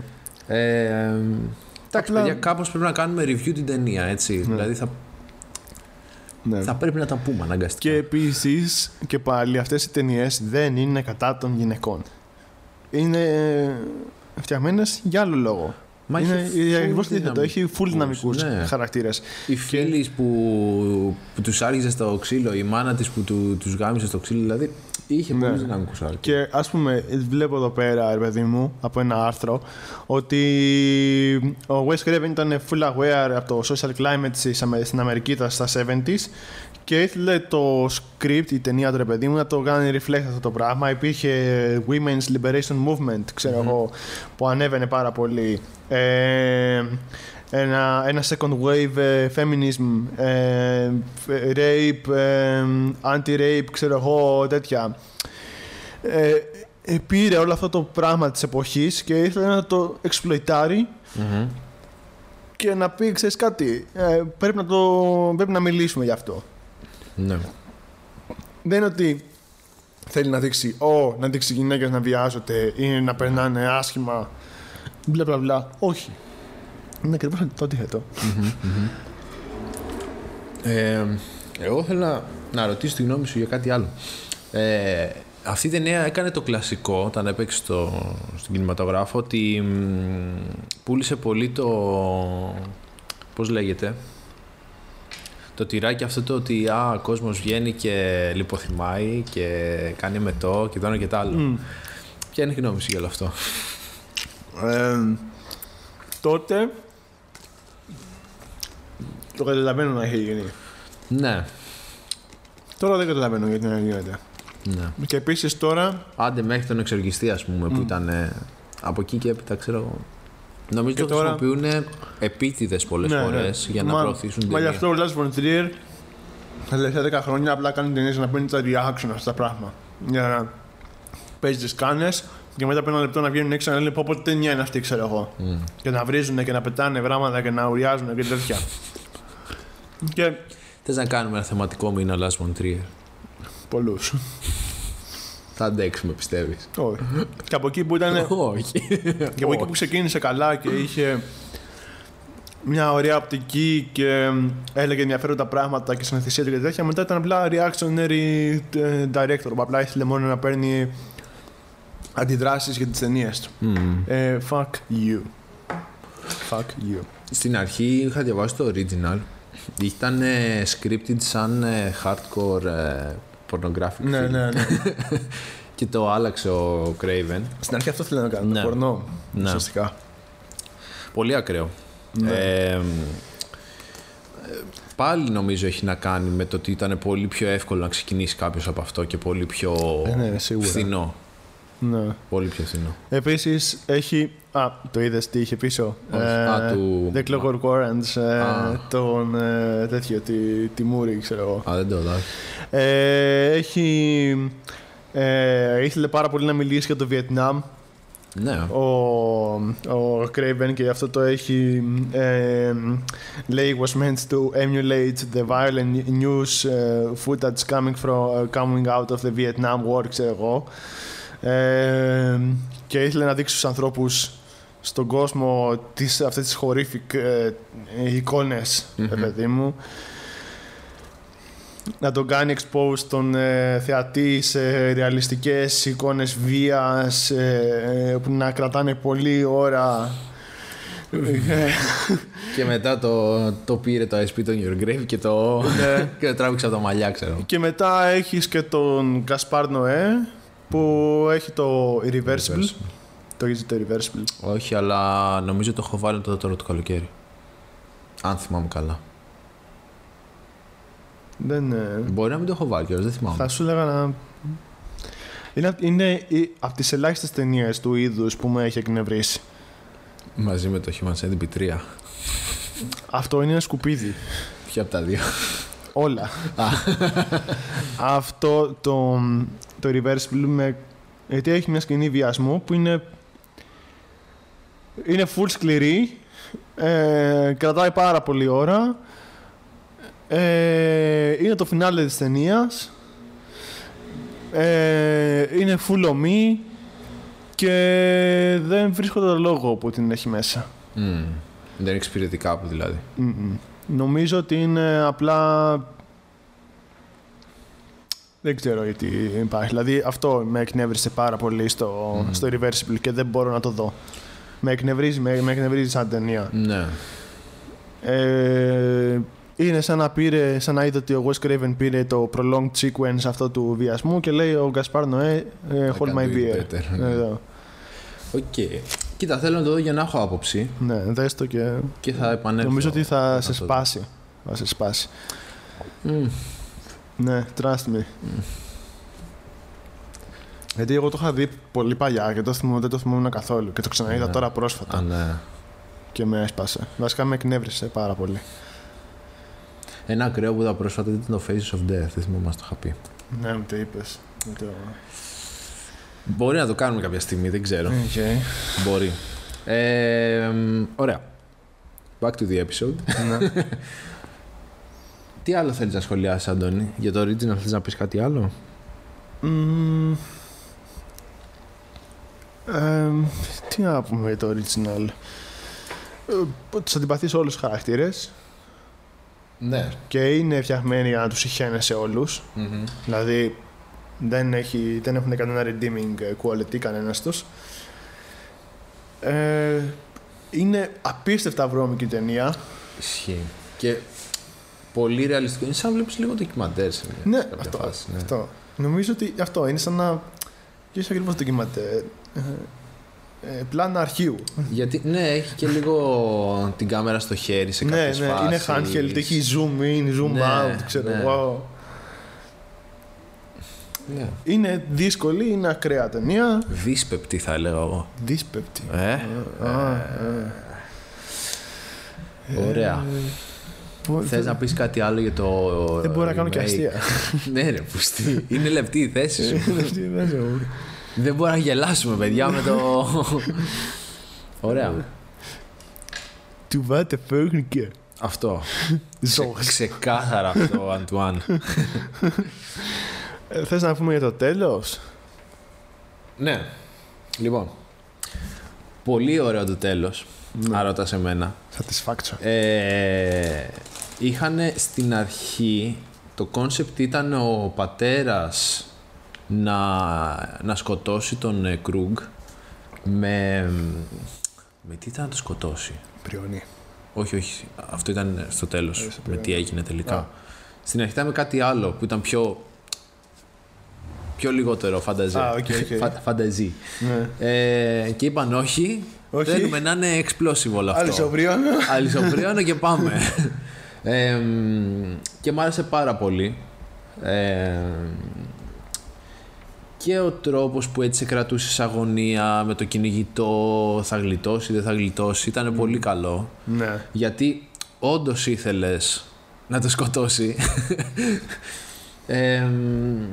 Speaker 1: Ε, εντάξει,
Speaker 2: Απλά-
Speaker 1: παιδιά, κάπως πρέπει να κάνουμε review την ταινία, έτσι. Δηλαδή θα,
Speaker 2: ναι.
Speaker 1: θα πρέπει να τα πούμε αναγκαστικά.
Speaker 2: Και επίσης και πάλι αυτές οι ταινίες δεν είναι κατά των γυναικών. Είναι φτιαγμένες για άλλο λόγο.
Speaker 1: Μα
Speaker 2: είναι
Speaker 1: έχει full
Speaker 2: ακριβώς το Έχει full δυναμικούς
Speaker 1: δυναμικούς, ναι.
Speaker 2: χαρακτήρες.
Speaker 1: Οι φίλοι που, που τους άργησε στο ξύλο, η μάνα της που του τους γάμισε στο ξύλο, δηλαδή είχε ναι. πολλού δυναμικού άρκου.
Speaker 2: Και ας πούμε, βλέπω εδώ πέρα, ρε παιδί μου, από ένα άρθρο, ότι ο Wes Craven ήταν full aware από το social climate της Αμε- στην Αμερική τα- στα 70s και ήθελε το script, η ταινία του ρε παιδί μου, να το κάνει reflect αυτό το πράγμα. Υπήρχε Women's Liberation Movement, ξερω εγώ, που ανέβαινε πάρα πολύ. Ε, ένα, ένα second wave ε, feminism, ε, rape, ε, anti-rape, ξέρω εγώ, τέτοια ε, ε, πήρε όλο αυτό το πράγμα της εποχής και ήθελε να το εξπλοϊτάρει και να πει, ξέρεις κάτι, ε, πρέπει, να το, πρέπει να μιλήσουμε γι' αυτό.
Speaker 1: Ναι.
Speaker 2: Δεν είναι ότι θέλει να δείξει, «Ω, να δείξει γυναίκες να βιάζονται ή να περνάνε άσχημα, μπλα μπλα μπλα. Όχι. Είναι ακριβώς το αντίθετο.
Speaker 1: Ε, εγώ θέλω να, να ρωτήσω τη γνώμη σου για κάτι άλλο. Ε, αυτή η ταινία έκανε το κλασικό όταν έπαιξε στο, στον κινηματογράφο ότι μ, πούλησε πολύ το. Πώς λέγεται. Το τυράκι αυτό το ότι α, ο κόσμος βγαίνει και λιποθυμάει και κάνει μετό και το ένα και το άλλο. Ποια είναι η γνώμη σου για όλο αυτό.
Speaker 2: Ε, τότε το καταλαβαίνω να έχει γίνει.
Speaker 1: ναι,
Speaker 2: Τώρα δεν καταλαβαίνω γιατί να γίνεται.
Speaker 1: ναι.
Speaker 2: Και επίσης τώρα
Speaker 1: Άντε μέχρι τον εξοργιστή ας πούμε που ήταν ε, από εκεί και έπειτα ξέρω εγώ. Νομίζω ότι το
Speaker 2: τώρα- Ναι,
Speaker 1: χρησιμοποιούν επίτηδες πολλές φορές για να
Speaker 2: Μα-
Speaker 1: προωθήσουν την
Speaker 2: Μα γι'
Speaker 1: ταινία.
Speaker 2: αυτό ο Lars von Trier τα τελευταία 10 χρόνια απλά κάνει ταινίες να παίρνει τα reaction αυτά τα πράγματα. Για να παίζεις τις κάνες και μετά από ένα λεπτό να βγαίνουν έξω να λένε πω πω τι ταινία είναι αυτή ξέρω εγώ.
Speaker 1: Mm.
Speaker 2: Και να βρίζουν και να πετάνε πράγματα και να ουριάζουν και τέτοια. και
Speaker 1: Θες να κάνουμε ένα θεματικό μήνα Last One Trier.
Speaker 2: πολλούς.
Speaker 1: Θα αντέξουμε πιστεύεις.
Speaker 2: Όχι. και από εκεί που ήταν
Speaker 1: Όχι.
Speaker 2: Και από εκεί που ξεκίνησε καλά και είχε μια ωραία οπτική και έλεγε ενδιαφέροντα πράγματα και συναθησία του και τέτοια, μετά ήταν απλά reactionary ε, director που απλά ήθελε μόνο να παίρνει αντιδράσεις για τις ταινίες του.
Speaker 1: Μμμ.
Speaker 2: Ε, fuck you. Fuck you.
Speaker 1: Στην αρχή είχα διαβάσει το original. Ήταν ε, scripted σαν ε, hardcore ε, pornographic
Speaker 2: Ναι,
Speaker 1: film.
Speaker 2: ναι, ναι.
Speaker 1: Και το άλλαξε ο Craven.
Speaker 2: Στην αρχή αυτό ήθελα να κάνω,
Speaker 1: Ναι.
Speaker 2: πορνό,
Speaker 1: Ναι.
Speaker 2: ουσιαστικά.
Speaker 1: Πολύ ακραίο. Ε, ε, πάλι νομίζω έχει να κάνει με το ότι ήταν πολύ πιο εύκολο να ξεκινήσει κάποιος από αυτό και πολύ πιο
Speaker 2: Ε, ναι, σίγουρα.
Speaker 1: φθηνό.
Speaker 2: Ναι.
Speaker 1: Πολύ πιο φθηνό.
Speaker 2: Επίσης έχει. Α, το είδες τι είχε πίσω. Ε,
Speaker 1: Όχι. Α, του-
Speaker 2: The Clockwork Orange. ε,
Speaker 1: Α.
Speaker 2: τον ε, τέτοιο, τη, τη Μούρη, ξέρω εγώ.
Speaker 1: Α, δεν το δω.
Speaker 2: Ε, έχει. Ε, ήθελε πάρα πολύ να μιλήσει για το Βιετνάμ
Speaker 1: Ναι.
Speaker 2: ο, ο Craven και αυτό το έχει ε, λέει was meant to emulate the violent news ε, footage coming, from, ε, coming out of the Vietnam War ξέρω εγώ ε, και ήθελε να δείξει στους ανθρώπους στον κόσμο τις, αυτές τις horrific ε, ε, εικόνες, ρε παιδί μου να τον κάνει expose τον ε, θεατή σε ρεαλιστικές εικόνες βίας ε, ε, που να κρατάνε πολλή ώρα Ε,
Speaker 1: Και μετά το, το πήρε το I spit on your grave και το, και το τράβηξε από τα μαλλιά, ξέρω.
Speaker 2: και μετά έχεις και τον Γκασπάρ Νοέ που έχει το Irreversible το έχει το Irreversible
Speaker 1: Όχι, αλλά νομίζω το έχω βάλει το τώρα το καλοκαίρι. Αν θυμάμαι καλά.
Speaker 2: δεν ε,
Speaker 1: Μπορεί να μην το έχω βάλει κιόλας, δεν θυμάμαι.
Speaker 2: Θα σου έλεγα να. Είναι, απ- είναι από τις ελάχιστες ταινίες του είδους που με έχει εκνευρίσει.
Speaker 1: Μαζί με το Human Centipede 3.
Speaker 2: Αυτό είναι ένα σκουπίδι.
Speaker 1: Ποια από τα δύο.
Speaker 2: Όλα. Αυτό το, το reverse blue με. Γιατί έχει μια σκηνή βιασμού που είναι. Είναι full σκληρή. Ε, κρατάει πάρα πολύ ώρα. Ε, είναι το φινάλε της ταινίας. Ε, είναι full ομή. Και δεν βρίσκω τον λόγο που την έχει μέσα.
Speaker 1: Μμμ. Δεν εξυπηρετεί κάπου δηλαδή.
Speaker 2: Μμμ. Νομίζω ότι είναι απλά. Δεν ξέρω γιατί υπάρχει. Δηλαδή αυτό με εκνεύρισε πάρα πολύ στο,
Speaker 1: Mm.
Speaker 2: στο reversible και δεν μπορώ να το δω. Με εκνευρίζει, με, με εκνευρίζει σαν ταινία.
Speaker 1: Ναι.
Speaker 2: Ε, είναι σαν να πήρε, σαν να είδε ότι ο Wes Craven πήρε το prolonged sequence αυτό του βιασμού και λέει ο Γκασπάρ Νοέ, ε,
Speaker 1: I
Speaker 2: hold
Speaker 1: can
Speaker 2: my
Speaker 1: do it
Speaker 2: beer.
Speaker 1: better.
Speaker 2: Ε, εδώ.
Speaker 1: Οκ. Κοίτα, θέλω να το δω για να έχω άποψη
Speaker 2: Ναι, δες το και
Speaker 1: και θα επανέλθω.
Speaker 2: νομίζω ότι θα σε
Speaker 1: Ναι, το δω.
Speaker 2: σπάσει. Θα σε σπάσει.
Speaker 1: Μμμ.
Speaker 2: Ναι, trust me. Γιατί εγώ το είχα δει πολύ παλιά και το θυμώ, δεν το θυμόμουν καθόλου και το ξαναείδα
Speaker 1: Ναι.
Speaker 2: τώρα
Speaker 1: Α,
Speaker 2: πρόσφατα
Speaker 1: ναι.
Speaker 2: και με έσπασε. Βασικά με εκνεύρισε πάρα πολύ.
Speaker 1: Ένα ακραίο που είδα πρόσφατα ήταν το Faces of Death. Δεν θυμάμαι αν το είχα πει.
Speaker 2: Ναι, μου το είπες. Το...
Speaker 1: Μπορεί να το κάνουμε κάποια στιγμή, δεν ξέρω.
Speaker 2: Okay.
Speaker 1: Μπορεί. Ε, μ, ωραία. Back to the episode.
Speaker 2: ναι.
Speaker 1: Τι άλλο θέλεις να σχολιάσεις, Αντώνη, για το original θες να πεις κάτι άλλο.
Speaker 2: Μμμ. Εμ, τι να πούμε για το original. Ε, τους αντιπαθείς όλους τους χαρακτήρες
Speaker 1: Ναι.
Speaker 2: και είναι φτιαγμένοι για να τους συχαίνεσαι όλους. Δηλαδή δεν, έχει, δεν έχουν κανένα redeeming quality κανένας τους. Ε, είναι απίστευτα βρώμικη ταινία.
Speaker 1: Ε. Ισχύει. Και πολύ ρεαλιστικό. Είναι σαν να βλέπεις λίγο ντοκιμαντέρ σε μια
Speaker 2: Ναι,
Speaker 1: σε κάποια
Speaker 2: αυτό,
Speaker 1: φάση, ναι.
Speaker 2: αυτό. Νομίζω ότι αυτό είναι σαν να... Και έχει ακριβώς το ντοκιμαντέρ. Ε, ε, πλάνα αρχείου.
Speaker 1: Γιατί, ναι, έχει και λίγο την κάμερα στο χέρι σε
Speaker 2: ναι,
Speaker 1: κάποιες
Speaker 2: ναι, είναι
Speaker 1: φάσεις.
Speaker 2: handheld, έχει zoom in, zoom
Speaker 1: Ναι,
Speaker 2: out, ξέρω
Speaker 1: ναι.
Speaker 2: εγώ.
Speaker 1: Ναι.
Speaker 2: Είναι δύσκολη, είναι ακραία ταινία.
Speaker 1: Δύσπεπτη θα έλεγα εγώ.
Speaker 2: Δύσπεπτη.
Speaker 1: Ε,
Speaker 2: Ε, α, ε.
Speaker 1: ωραία.
Speaker 2: Πο-
Speaker 1: Θες να πεις κάτι άλλο για το
Speaker 2: Δεν μπορώ να κάνω και
Speaker 1: remake?
Speaker 2: αστεία.
Speaker 1: ναι ρε, πουστή. Είναι λεπτή η θέση σου.
Speaker 2: Δεν ξέρω.
Speaker 1: Δεν μπορούμε να γελάσουμε, παιδιά, με το. Ωραία.
Speaker 2: Du var det Völker.
Speaker 1: αυτό.
Speaker 2: Ζω.
Speaker 1: Ξε- Ξεκάθαρα αυτό, Αντουάν.
Speaker 2: ε, Θες να πούμε για το τέλος.
Speaker 1: ναι. Λοιπόν. Πολύ ωραίο το τέλος.
Speaker 2: Ναι.
Speaker 1: Άρα τα σε μένα.
Speaker 2: Satisfaction.
Speaker 1: Ε, είχαν στην αρχή το κόνσεπτ ήταν ο πατέρας να, να σκοτώσει τον ε, Κρούγκ με... Με τι ήταν να το σκοτώσει.
Speaker 2: Πριονί.
Speaker 1: Όχι, όχι. Αυτό ήταν στο τέλος. Με τι έγινε τελικά.
Speaker 2: Ε, Α.
Speaker 1: Στην αρχή ήταν με κάτι άλλο που ήταν πιο. πιο λιγότερο φανταζή.
Speaker 2: Α, οκ, οκ.
Speaker 1: Φα- φανταζή.
Speaker 2: Ναι.
Speaker 1: Ε, και είπαν όχι.
Speaker 2: Όχι.
Speaker 1: Θέλουμε να είναι explosive όλο αυτό.
Speaker 2: Αλυσοβρίωνο.
Speaker 1: Αλυσοβρίωνο και πάμε. Ε, μ, και μ' άρεσε πάρα πολύ. Ε, και ο τρόπος που έτσι σε κρατούσε σε αγωνία με το κυνηγητό, θα γλιτώσει, δεν θα γλιτώσει, ήταν πολύ καλό.
Speaker 2: Ναι.
Speaker 1: Γιατί όντως ήθελες να το σκοτώσει. Ε, μ,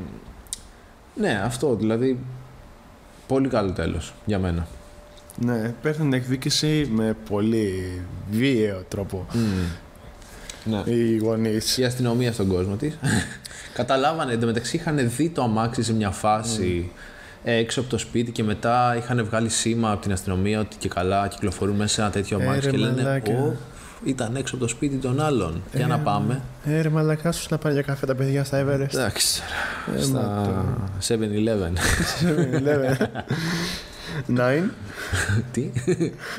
Speaker 1: ναι, αυτό δηλαδή. Πολύ καλό τέλος για μένα.
Speaker 2: Ναι, πέφτει την εκδίκηση με πολύ βίαιο τρόπο.
Speaker 1: Ναι.
Speaker 2: Οι γονείς.
Speaker 1: Η αστυνομία στον κόσμο της. Καταλάβανε, εντωμεταξύ είχαν δει το αμάξι σε μια φάση ε, έξω από το σπίτι και μετά είχαν βγάλει σήμα από την αστυνομία ότι και καλά κυκλοφορούν μέσα σε ένα τέτοιο
Speaker 2: Ε,
Speaker 1: αμάξι
Speaker 2: ρε
Speaker 1: και λένε
Speaker 2: μαλάκα.
Speaker 1: «Ω, ήταν έξω από το σπίτι των άλλων. Για να πάμε.
Speaker 2: Ε, ρε μαλακά σου να πάνε για καφέ τα παιδιά στα Everest.
Speaker 1: Εντάξει. τώρα.
Speaker 2: Ε, μα
Speaker 1: Στα 7-Eleven.
Speaker 2: Ναι. Λέμε. Nine,
Speaker 1: 9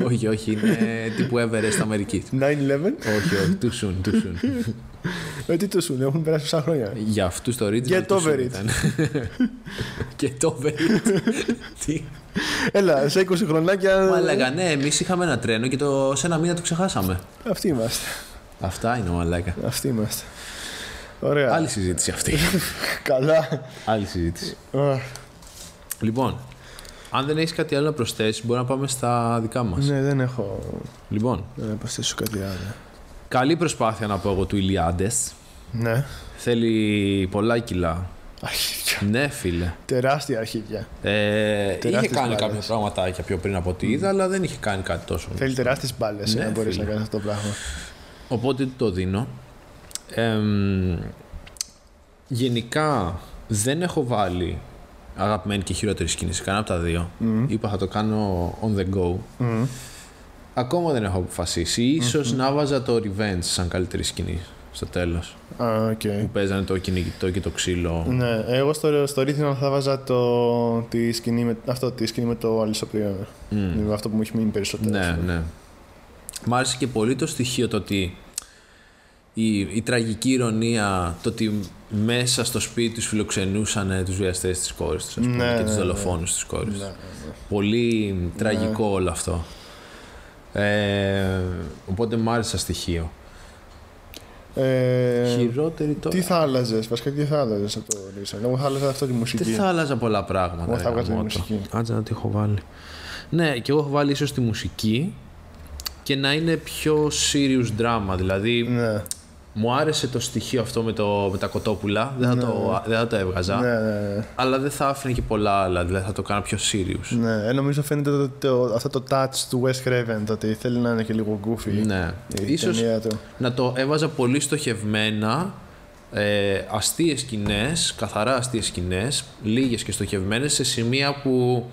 Speaker 1: όχι, όχι, είναι τύπου Everest Αμερική.
Speaker 2: 9-11.
Speaker 1: όχι, όχι, too soon, too soon.
Speaker 2: Ε, τι του σου λέει, έχουν περάσει τόσα χρόνια.
Speaker 1: Για αυτούς το original.
Speaker 2: Get
Speaker 1: too soon
Speaker 2: over it.
Speaker 1: ήταν. Get over it. Τι.
Speaker 2: Έλα, σε 20 χρονάκια.
Speaker 1: Μαλάκα, ναι, εμείς είχαμε ένα τρένο και το, σε ένα μήνα το ξεχάσαμε.
Speaker 2: Αυτοί είμαστε.
Speaker 1: Αυτά είναι μαλάκα.
Speaker 2: Αυτοί είμαστε. Ωραία.
Speaker 1: Άλλη συζήτηση αυτή.
Speaker 2: Καλά.
Speaker 1: Άλλη συζήτηση.
Speaker 2: Α,
Speaker 1: Λοιπόν, αν δεν έχεις κάτι άλλο να προσθέσεις, μπορεί να πάμε στα δικά μας.
Speaker 2: Ναι, δεν έχω
Speaker 1: Λοιπόν,
Speaker 2: να προσθέσω κάτι άλλο.
Speaker 1: καλή προσπάθεια να πω εγώ του Ηλιάντες.
Speaker 2: Ναι.
Speaker 1: Θέλει πολλά κιλά.
Speaker 2: Αρχίδια.
Speaker 1: Ναι, φίλε.
Speaker 2: Τεράστια αρχίδια.
Speaker 1: Ε, είχε
Speaker 2: Τεράστιες
Speaker 1: κάνει
Speaker 2: μπάλες.
Speaker 1: κάποια πραγματάκια πιο πριν από ό,τι είδα, αλλά δεν είχε κάνει κάτι τόσο.
Speaker 2: Θέλει τεράστιες μπάλες
Speaker 1: Ναι,
Speaker 2: να μπορείς
Speaker 1: φίλε.
Speaker 2: να κάνεις αυτό το πράγμα.
Speaker 1: Οπότε του το δίνω. Εμ, γενικά δεν έχω βάλει αγαπημένη και χειρότερη σκηνή. Κανένα από τα δύο. Είπα θα το κάνω on the go.
Speaker 2: Μμμ.
Speaker 1: Ακόμα δεν έχω αποφασίσει. Ίσως να βάζα το Revenge σαν καλύτερη σκηνή στο τέλος.
Speaker 2: Α, οκ.
Speaker 1: Που παίζανε το κυνηγητό και το ξύλο.
Speaker 2: Ναι, εγώ στο, στο original θα βάζα το, τη σκηνή με, αυτό, τη σκηνή με το αλυσοπλήρωμα. Είναι αυτό που μου έχει μείνει περισσότερο.
Speaker 1: Ναι, ναι. Μ' άρεσε και πολύ το στοιχείο το ότι η, η τραγική ηρωνία, το ότι μέσα στο σπίτι τους φιλοξενούσαν τους βιαστές της κόρης τους ας πούμε,
Speaker 2: Ναι,
Speaker 1: και
Speaker 2: ναι,
Speaker 1: τους
Speaker 2: ναι.
Speaker 1: δολοφόνους της κόρης.
Speaker 2: Ναι, ναι,
Speaker 1: Πολύ τραγικό όλο αυτό. Ε, οπότε μ' άρεσε σαν στοιχείο.
Speaker 2: Ε,
Speaker 1: Χειρότερη τώρα.
Speaker 2: τι θα άλλαζες, βασικά τι θα άλλαζες από το original. Εγώ θα άλλαζα αυτό τη μουσική.
Speaker 1: Δεν θα άλλαζα πολλά πράγματα.
Speaker 2: Εγώ θα
Speaker 1: ρε
Speaker 2: βγάζα τη
Speaker 1: γαμότο.
Speaker 2: μουσική.
Speaker 1: Άντζα να τη έχω βάλει. Ναι, και εγώ έχω βάλει ίσως τη μουσική και να είναι πιο serious drama. Δηλαδή,
Speaker 2: Ναι,
Speaker 1: μου άρεσε το στοιχείο αυτό με, το, με τα κοτόπουλα. Δεν θα, το, δεν θα το έβγαζα.
Speaker 2: ναι, ναι. ναι.
Speaker 1: Αλλά δεν θα άφηνε και πολλά άλλα. Δηλαδή, θα το κάνω πιο serious.
Speaker 2: Ναι, ε, νομίζω φαίνεται το, το, αυτό το touch του Wes Craven, το ότι θέλει να είναι και λίγο goofy
Speaker 1: Ναι.
Speaker 2: η
Speaker 1: Ίσως
Speaker 2: ταινία του.
Speaker 1: να το έβαζα πολύ στοχευμένα ε, αστείες σκηνές, καθαρά αστείες σκηνές, λίγες και στοχευμένες σε σημεία που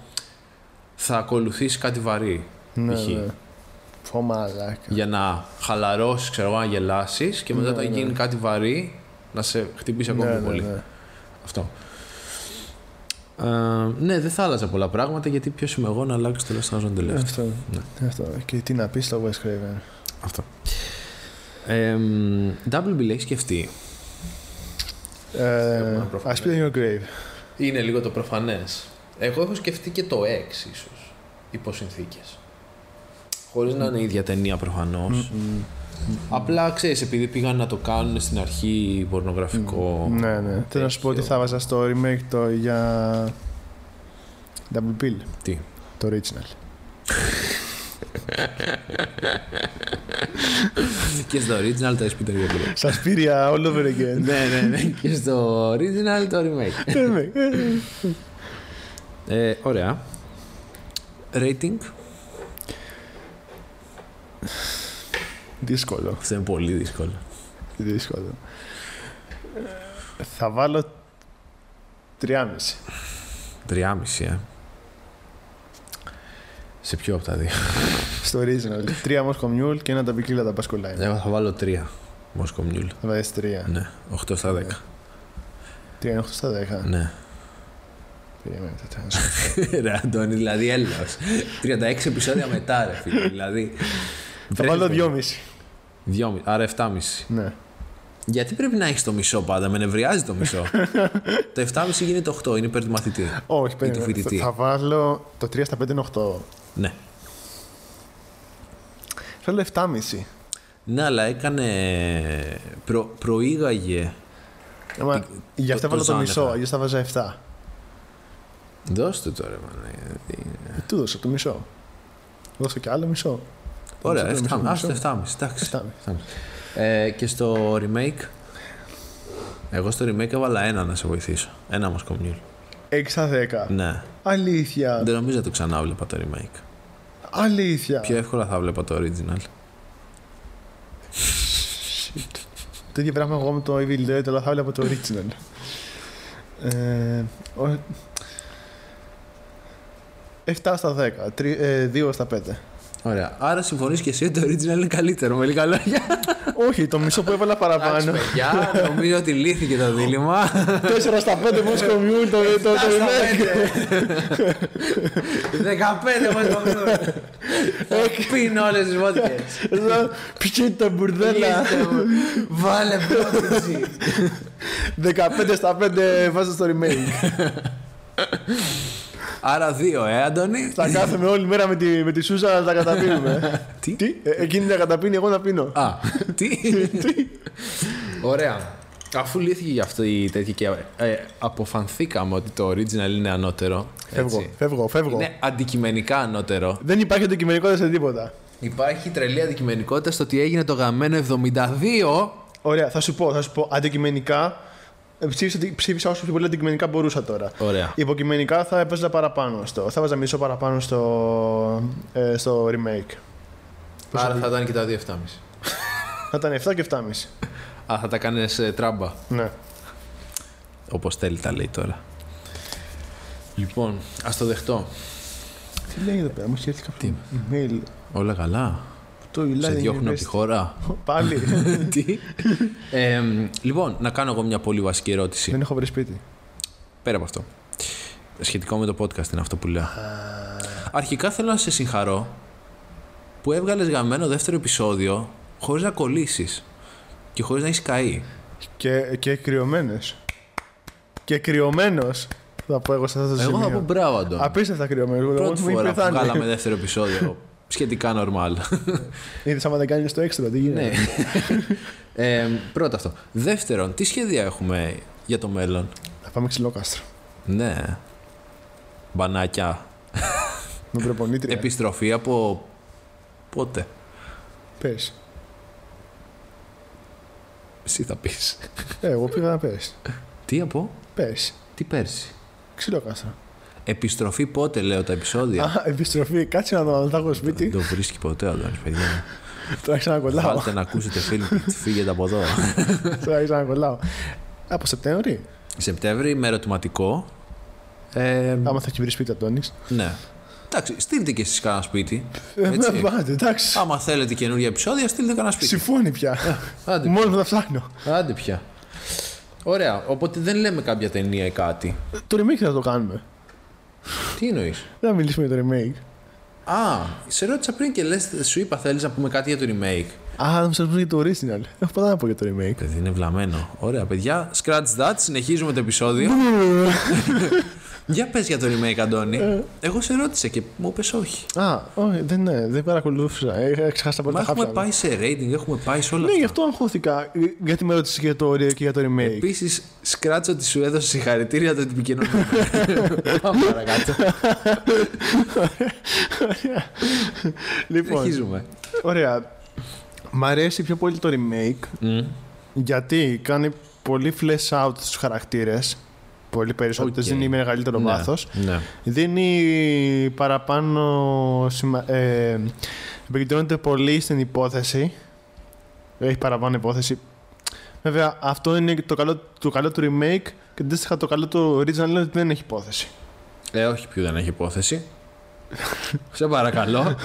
Speaker 1: θα ακολουθήσει κάτι βαρύ.
Speaker 2: Ναι,
Speaker 1: π.χ.
Speaker 2: ναι. Πω μαλάκα.
Speaker 1: Για να χαλαρώσεις, ξέρω εγώ, να γελάσεις και μετά όταν γίνει κάτι βαρύ να σε χτυπήσει ακόμα
Speaker 2: Ναι,
Speaker 1: πιο
Speaker 2: ναι,
Speaker 1: πολύ.
Speaker 2: ναι.
Speaker 1: Αυτό. Ε, ναι, δεν θα άλλαζα πολλά πράγματα γιατί ποιος είμαι εγώ να αλλάξει το λεφτό να τελευταίο.
Speaker 2: Αυτό.
Speaker 1: Ναι.
Speaker 2: Αυτό. Και τι να πεις στο Wes Craven.
Speaker 1: Αυτό. Ε, μ, double bill έχεις σκεφτεί.
Speaker 2: Ε,
Speaker 1: Έχουμε
Speaker 2: I
Speaker 1: πρόβλημα.
Speaker 2: spit in your grave.
Speaker 1: Είναι λίγο το προφανές. Εγώ έχω σκεφτεί και το 6 ίσως. Υπό συνθήκε. Χωρίς να είναι η ίδια ταινία προφανώς. mm. Απλά ξέρεις, επειδή πήγαν να το κάνουν στην αρχή πορνογραφικό.
Speaker 2: Ναι, ναι. Θέλω να σου πω ότι θα βάζα στο remake το για. Double Bill,
Speaker 1: Τι.
Speaker 2: το original.
Speaker 1: και στο original τα έσπιτα για πολύ.
Speaker 2: Σα πήρια all over again.
Speaker 1: ναι, ναι, ναι. Και στο original το remake.
Speaker 2: Remake,
Speaker 1: ναι.
Speaker 2: ε.
Speaker 1: Ε, ωραία. Rating.
Speaker 2: Δύσκολο.
Speaker 1: Αυτό είναι πολύ δύσκολο.
Speaker 2: Δύσκολο. Ε, Θα βάλω 3,5.
Speaker 1: 3,5, ε. Σε ποιο από τα δύο.
Speaker 2: Στο original. Τρία Moscow Mule και ένα τα πικίλα τα Pascal Lime.
Speaker 1: Εγώ θα βάλω 3. Μόσκο Μιούλ.
Speaker 2: Θα βάλεις 3.
Speaker 1: Ναι. 8 στα 10.
Speaker 2: Τι είναι 8 στα 10.
Speaker 1: Ναι.
Speaker 2: Περίμενε, θα τα κάνω.
Speaker 1: Ρε Αντώνη, δηλαδή έλεος. 36 επεισόδια μετά, ρε φίλε. Δηλαδή.
Speaker 2: Θα βάλω 2,5.
Speaker 1: 2,5. Άρα 7,5.
Speaker 2: Ναι.
Speaker 1: Γιατί πρέπει να έχεις το μισό πάντα, με νευριάζει το μισό. το 7,5 γίνεται 8, είναι υπέρ του μαθητή.
Speaker 2: Όχι,
Speaker 1: του
Speaker 2: περίμενε.
Speaker 1: φοιτητή.
Speaker 2: Θα- Θα βάλω το 3 στα 5 είναι 8.
Speaker 1: ναι.
Speaker 2: Θέλω 7,5.
Speaker 1: Ναι, αλλά έκανε. Προ, προήγαγε.
Speaker 2: Άμα- Γι'
Speaker 1: το-
Speaker 2: αυτό
Speaker 1: το
Speaker 2: βάλω το
Speaker 1: genre.
Speaker 2: μισό, γι' αυτό βάζα 7.
Speaker 1: Δώστε τώρα, μάνα.
Speaker 2: Ε, Του δώσα το μισό. Δώσα και άλλο μισό.
Speaker 1: Ωραία,
Speaker 2: Δώσα το μισό,
Speaker 1: 7,5.
Speaker 2: μισό.
Speaker 1: Άστε 7,5. Εντάξει.
Speaker 2: Εφτά.
Speaker 1: 7,5. Ε, και στο remake. Εγώ στο remake έβαλα ένα να σε βοηθήσω. Ένα μας κομμιούλ.
Speaker 2: 6 στα 10.
Speaker 1: Ναι.
Speaker 2: Αλήθεια.
Speaker 1: Δεν νομίζω να το ξανά βλέπα το remake.
Speaker 2: Αλήθεια.
Speaker 1: Πιο εύκολα θα βλέπα το original.
Speaker 2: Το ίδιο πράγμα εγώ με το Evil Dead, αλλά θα βλέπω το original. ε, ο... 7 στα 10, 3, 2 στα 5.
Speaker 1: Ωραία. Άρα συμφωνείς και εσύ ότι το original είναι καλύτερο με λίγα λόγια.
Speaker 2: Όχι, το μισό που έβαλα παραπάνω. 4
Speaker 1: παιδιά, νομίζω ότι λύθηκε το δίλημα.
Speaker 2: στα 5
Speaker 1: Ναι.
Speaker 2: μόνο κομμιούν το το- το remake.
Speaker 1: 15 μας κομμιούλ. Πίνω όλες τις βότκες.
Speaker 2: Εδώ, Πιτσί τα μπουρδέλα.
Speaker 1: Βάλε πρόταση.
Speaker 2: 15 στα 5 βάζω στο remake.
Speaker 1: Άρα δύο, ε, Αντώνη.
Speaker 2: Θα κάθομαι όλη μέρα με τη, με τη Σούζα να τα καταπίνουμε.
Speaker 1: Τι?
Speaker 2: Ε, εκείνη να καταπίνει, εγώ να πίνω.
Speaker 1: Α, τι. Ωραία. Αφού λύθηκε γι' αυτό η τέτοια και ε, αποφανθήκαμε ότι το original είναι ανώτερο.
Speaker 2: Φεύγω,
Speaker 1: έτσι. Ναι.
Speaker 2: φεύγω, φεύγω.
Speaker 1: Είναι αντικειμενικά ανώτερο.
Speaker 2: Δεν υπάρχει αντικειμενικότητα σε τίποτα.
Speaker 1: Υπάρχει τρελή αντικειμενικότητα στο ότι έγινε το γαμμένο 72.
Speaker 2: Ωραία, θα σου πω, θα σου πω αντικειμενικά. ε, Ψήφισα, ψήφισα όσο πιο πολύ αντικειμενικά μπορούσα τώρα.
Speaker 1: Ωραία.
Speaker 2: Υποκειμενικά θα έπαιζα παραπάνω στο. Θα βάζα μισό παραπάνω στο, ε, στο remake.
Speaker 1: Άρα θα ήταν και τα δύο 7,5.
Speaker 2: Θα ήταν 7 και 7,5.
Speaker 1: Α, θα τα κάνεις τράμπα.
Speaker 2: Ναι.
Speaker 1: Όπως θέλει τα λέει τώρα. Λοιπόν, ας το δεχτώ.
Speaker 2: Τι λέει εδώ πέρα, μου έχει έρθει κάποιος mail.
Speaker 1: Όλα καλά.
Speaker 2: Το Eli
Speaker 1: Σε διώχνω από τη
Speaker 2: University.
Speaker 1: χώρα.
Speaker 2: Πάλι.
Speaker 1: Τι. Ε, λοιπόν, να κάνω εγώ μια πολύ βασική ερώτηση.
Speaker 2: Δεν έχω βρει σπίτι.
Speaker 1: Πέρα από αυτό. Σχετικό με το podcast είναι αυτό που λέω. Αρχικά θέλω να σε συγχαρώ που έβγαλες γαμμένο δεύτερο επεισόδιο χωρίς να κολλήσεις και χωρίς να έχεις καεί.
Speaker 2: Και, και κρυωμένος. Και κρυωμένος. Θα πω εγώ σε αυτό το
Speaker 1: Εγώ
Speaker 2: σημείο.
Speaker 1: θα πω μπράβο, Αντώνη.
Speaker 2: Απίστευτα κρυωμένος.
Speaker 1: Πρώτη φορά που βγάλαμε δεύτερο επεισόδιο. Σχετικά normal.
Speaker 2: Είδες άμα δεν κάνει το έξτρα, τι γίνεται.
Speaker 1: ναι. ε, πρώτο αυτό. Δεύτερον, τι σχέδια έχουμε για το μέλλον.
Speaker 2: Θα πάμε ξυλόκαστρο.
Speaker 1: Ναι. Μπανάκια.
Speaker 2: Με προπονήτρια.
Speaker 1: Ε, Επιστροφή από πότε.
Speaker 2: Πες.
Speaker 1: Εσύ θα πεις.
Speaker 2: Ε, εγώ πήγα να πες.
Speaker 1: Τι από.
Speaker 2: Πες.
Speaker 1: Τι πέρσι.
Speaker 2: Ξυλόκαστρο.
Speaker 1: Επιστροφή πότε λέω τα επεισόδια.
Speaker 2: Α, επιστροφή. Κάτσε να το ανατάγω σπίτι.
Speaker 1: Δεν το βρίσκει ποτέ ο Αντώνης, παιδιά.
Speaker 2: Τώρα ξανακολλάω.
Speaker 1: Βάλτε να ακούσετε φίλοι, φύγετε από εδώ.
Speaker 2: Τώρα ξανακολλάω. Από Σεπτέμβρη.
Speaker 1: Σεπτέμβρη με ερωτηματικό. Ε,
Speaker 2: Άμα θα κυβερνήσει σπίτι, Αντώνης.
Speaker 1: ναι. Εντάξει, στείλτε και εσείς κανένα σπίτι.
Speaker 2: Ναι,
Speaker 1: Έτσι.
Speaker 2: πάτε, εντάξει.
Speaker 1: Άμα θέλετε καινούργια επεισόδια, στείλτε κανένα σπίτι.
Speaker 2: Συμφώνει πια.
Speaker 1: Άντε,
Speaker 2: Μόνο που θα ψάχνω.
Speaker 1: άντε πια. Ωραία, οπότε δεν λέμε κάποια ταινία ή κάτι.
Speaker 2: Το remake θα το κάνουμε.
Speaker 1: Τι εννοείς.
Speaker 2: Να μιλήσουμε για το remake.
Speaker 1: Α, σε ρώτησα πριν και λες, σου είπα θέλεις να πούμε κάτι για το remake.
Speaker 2: Α, θα σα πω για το original. Έχω πολλά να πω για το remake.
Speaker 1: Παιδί είναι βλαμμένο. Ωραία, παιδιά. Scratch that. Συνεχίζουμε το επεισόδιο. για πες για το remake, Αντώνη. Εγώ σε ρώτησα και μου είπες όχι.
Speaker 2: Α, όχι, δεν, ναι, δεν παρακολούθησα. Έχα ξεχάσει τα
Speaker 1: Μα
Speaker 2: πρώτα
Speaker 1: έχουμε
Speaker 2: χάπια.
Speaker 1: πάει σε rating, έχουμε πάει σε όλα
Speaker 2: Ναι, γι'
Speaker 1: αυτά.
Speaker 2: αυτό αγχώθηκα. ε, Γιατί με ρώτησες για το, και για το remake.
Speaker 1: Επίσης, σκράτσω ότι σου έδωσε συγχαρητήρια το ότι επικοινωνούμε. Πάμε παρακάτω.
Speaker 2: Λοιπόν,
Speaker 1: Συνεχίζουμε.
Speaker 2: Ωραία. Μ' αρέσει πιο πολύ το remake γιατί κάνει πολύ flash out στους χαρακτήρες. Πολύ περισσότερο.
Speaker 1: Οκ.
Speaker 2: Δίνει μεγαλύτερο
Speaker 1: Ναι,
Speaker 2: βάθος.
Speaker 1: Ναι.
Speaker 2: Δίνει παραπάνω. σημα- Ε, επικεντρώνεται πολύ στην υπόθεση. Έχει παραπάνω υπόθεση. Βέβαια, αυτό είναι το καλό, το καλό του remake και αντίστοιχα το καλό του original είναι ότι δεν έχει υπόθεση.
Speaker 1: Ε, όχι, πιο δεν έχει υπόθεση. σε παρακαλώ.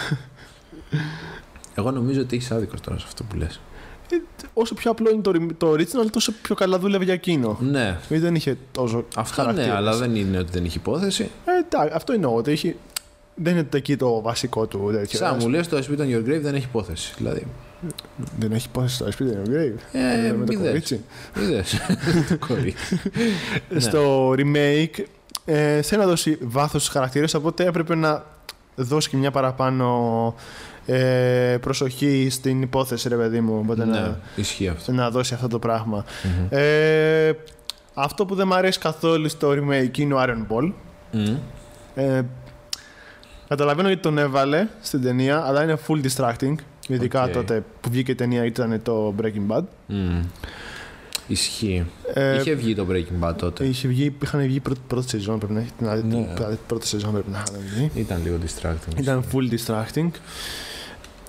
Speaker 1: Εγώ νομίζω ότι έχεις άδικο τώρα σε αυτό που λες.
Speaker 2: Όσο πιο απλό είναι το, rem- το original, τόσο πιο καλά δούλευε για εκείνο.
Speaker 1: Ναι.
Speaker 2: Γιατί δεν είχε τόσο.
Speaker 1: Αυτό ναι,
Speaker 2: χαρακτήρες.
Speaker 1: αλλά δεν είναι ότι δεν έχει υπόθεση.
Speaker 2: Ε, τα, αυτό εννοώ. Ότι έχει... Δεν είναι το εκεί το βασικό του τέτοιο.
Speaker 1: Σαν μου λες το As Beat on Your Grave δεν έχει υπόθεση. Δηλαδή.
Speaker 2: Δεν έχει υπόθεση στο Ice Beat, δεν είναι grave.
Speaker 1: Ε,
Speaker 2: με το
Speaker 1: μη δες.
Speaker 2: κορίτσι.
Speaker 1: Είδες. Το κορίτσι. Ναι.
Speaker 2: στο remake ε, θέλει να δώσει βάθος στους χαρακτήρες οπότε έπρεπε να δώσει και μια παραπάνω ε, προσοχή στην υπόθεση ρε παιδί μου οπότε
Speaker 1: Ναι,
Speaker 2: να,
Speaker 1: ισχύει αυτό.
Speaker 2: να δώσει αυτό το πραγμα Ε, αυτό που δεν μου αρέσει καθόλου στο remake είναι ο Iron Ball
Speaker 1: Μμμ.
Speaker 2: Ε, καταλαβαίνω γιατί τον έβαλε στην ταινία, αλλά είναι full distracting. Ειδικά
Speaker 1: Οκ.
Speaker 2: τότε που βγήκε η ταινία ήταν το Breaking Bad.
Speaker 1: Μμμ. Ισχύει.
Speaker 2: Ε,
Speaker 1: Είχε βγει το Breaking Bad τότε.
Speaker 2: είχε βγει, είχαν βγει πρώτη, πρώτη σεζόν, πρέπει να έχει την άλλη-
Speaker 1: Ναι.
Speaker 2: την πρώτη σεζόν πρέπει να είχαν βγει.
Speaker 1: Ήταν λίγο distracting.
Speaker 2: ε, Ήταν full distracting.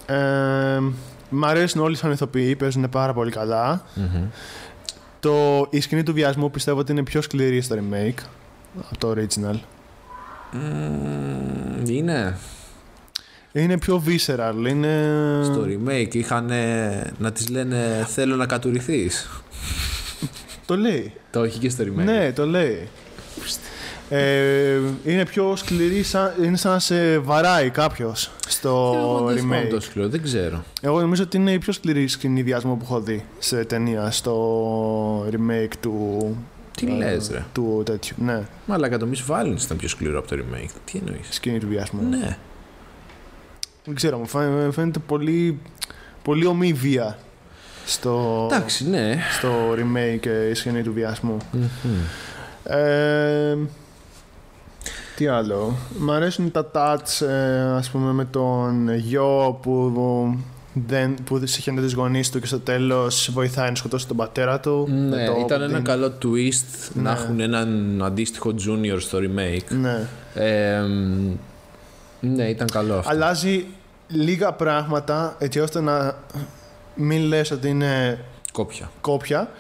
Speaker 2: Ε, μ' αρέσουν όλοι σαν ηθοποιοί, παίζουν πάρα πολύ καλά.
Speaker 1: Μμμ.
Speaker 2: Το, η σκηνή του βιασμού πιστεύω ότι είναι πιο σκληρή στο remake από το original.
Speaker 1: Μμμ, Είναι.
Speaker 2: Είναι πιο visceral, είναι...
Speaker 1: Στο
Speaker 2: Ε,
Speaker 1: remake είχαν να τις λένε θέλω να κατουριθείς.
Speaker 2: Το λέει.
Speaker 1: Το έχει και στο remake.
Speaker 2: Ναι, το λέει. Ε, είναι πιο σκληρή, σαν, είναι σαν να σε βαράει κάποιος στο
Speaker 1: Εγώ δεν θυμάμαι
Speaker 2: remake.
Speaker 1: το σκληρό, δεν ξέρω.
Speaker 2: Εγώ νομίζω ότι είναι η πιο σκληρή σκηνή βιασμού που έχω δει σε ταινία στο remake του.
Speaker 1: Τι
Speaker 2: ε,
Speaker 1: λες, ρε.
Speaker 2: Του τέτοιου. Ναι,
Speaker 1: Μαλάκα το Miss Violence ήταν πιο σκληρό από το remake. Τι εννοείς.
Speaker 2: σκηνή του βιασμού.
Speaker 1: Ναι.
Speaker 2: Δεν ξέρω, μου φα- φαίνεται πολύ, πολύ ομή βία στο,
Speaker 1: Εντάξει, ναι.
Speaker 2: στο remake ε, η σκηνή του βιασμού.
Speaker 1: Μμμ.
Speaker 2: Ε, τι άλλο. Μ' αρέσουν τα touch, ε, ας πούμε, με τον γιο που, δεν, που συχαίνεται τους γονείς του και στο τέλος βοηθάει να σκοτώσει τον πατέρα του.
Speaker 1: Ναι,
Speaker 2: με το
Speaker 1: ήταν ένα
Speaker 2: Obdin.
Speaker 1: καλό twist να
Speaker 2: Ναι.
Speaker 1: έχουν έναν αντίστοιχο junior στο remake.
Speaker 2: Ναι.
Speaker 1: Ε, μ, ναι, ήταν καλό αυτό.
Speaker 2: Αλλάζει λίγα πράγματα έτσι ώστε να μην λες ότι είναι
Speaker 1: Κόπια.
Speaker 2: κόπια.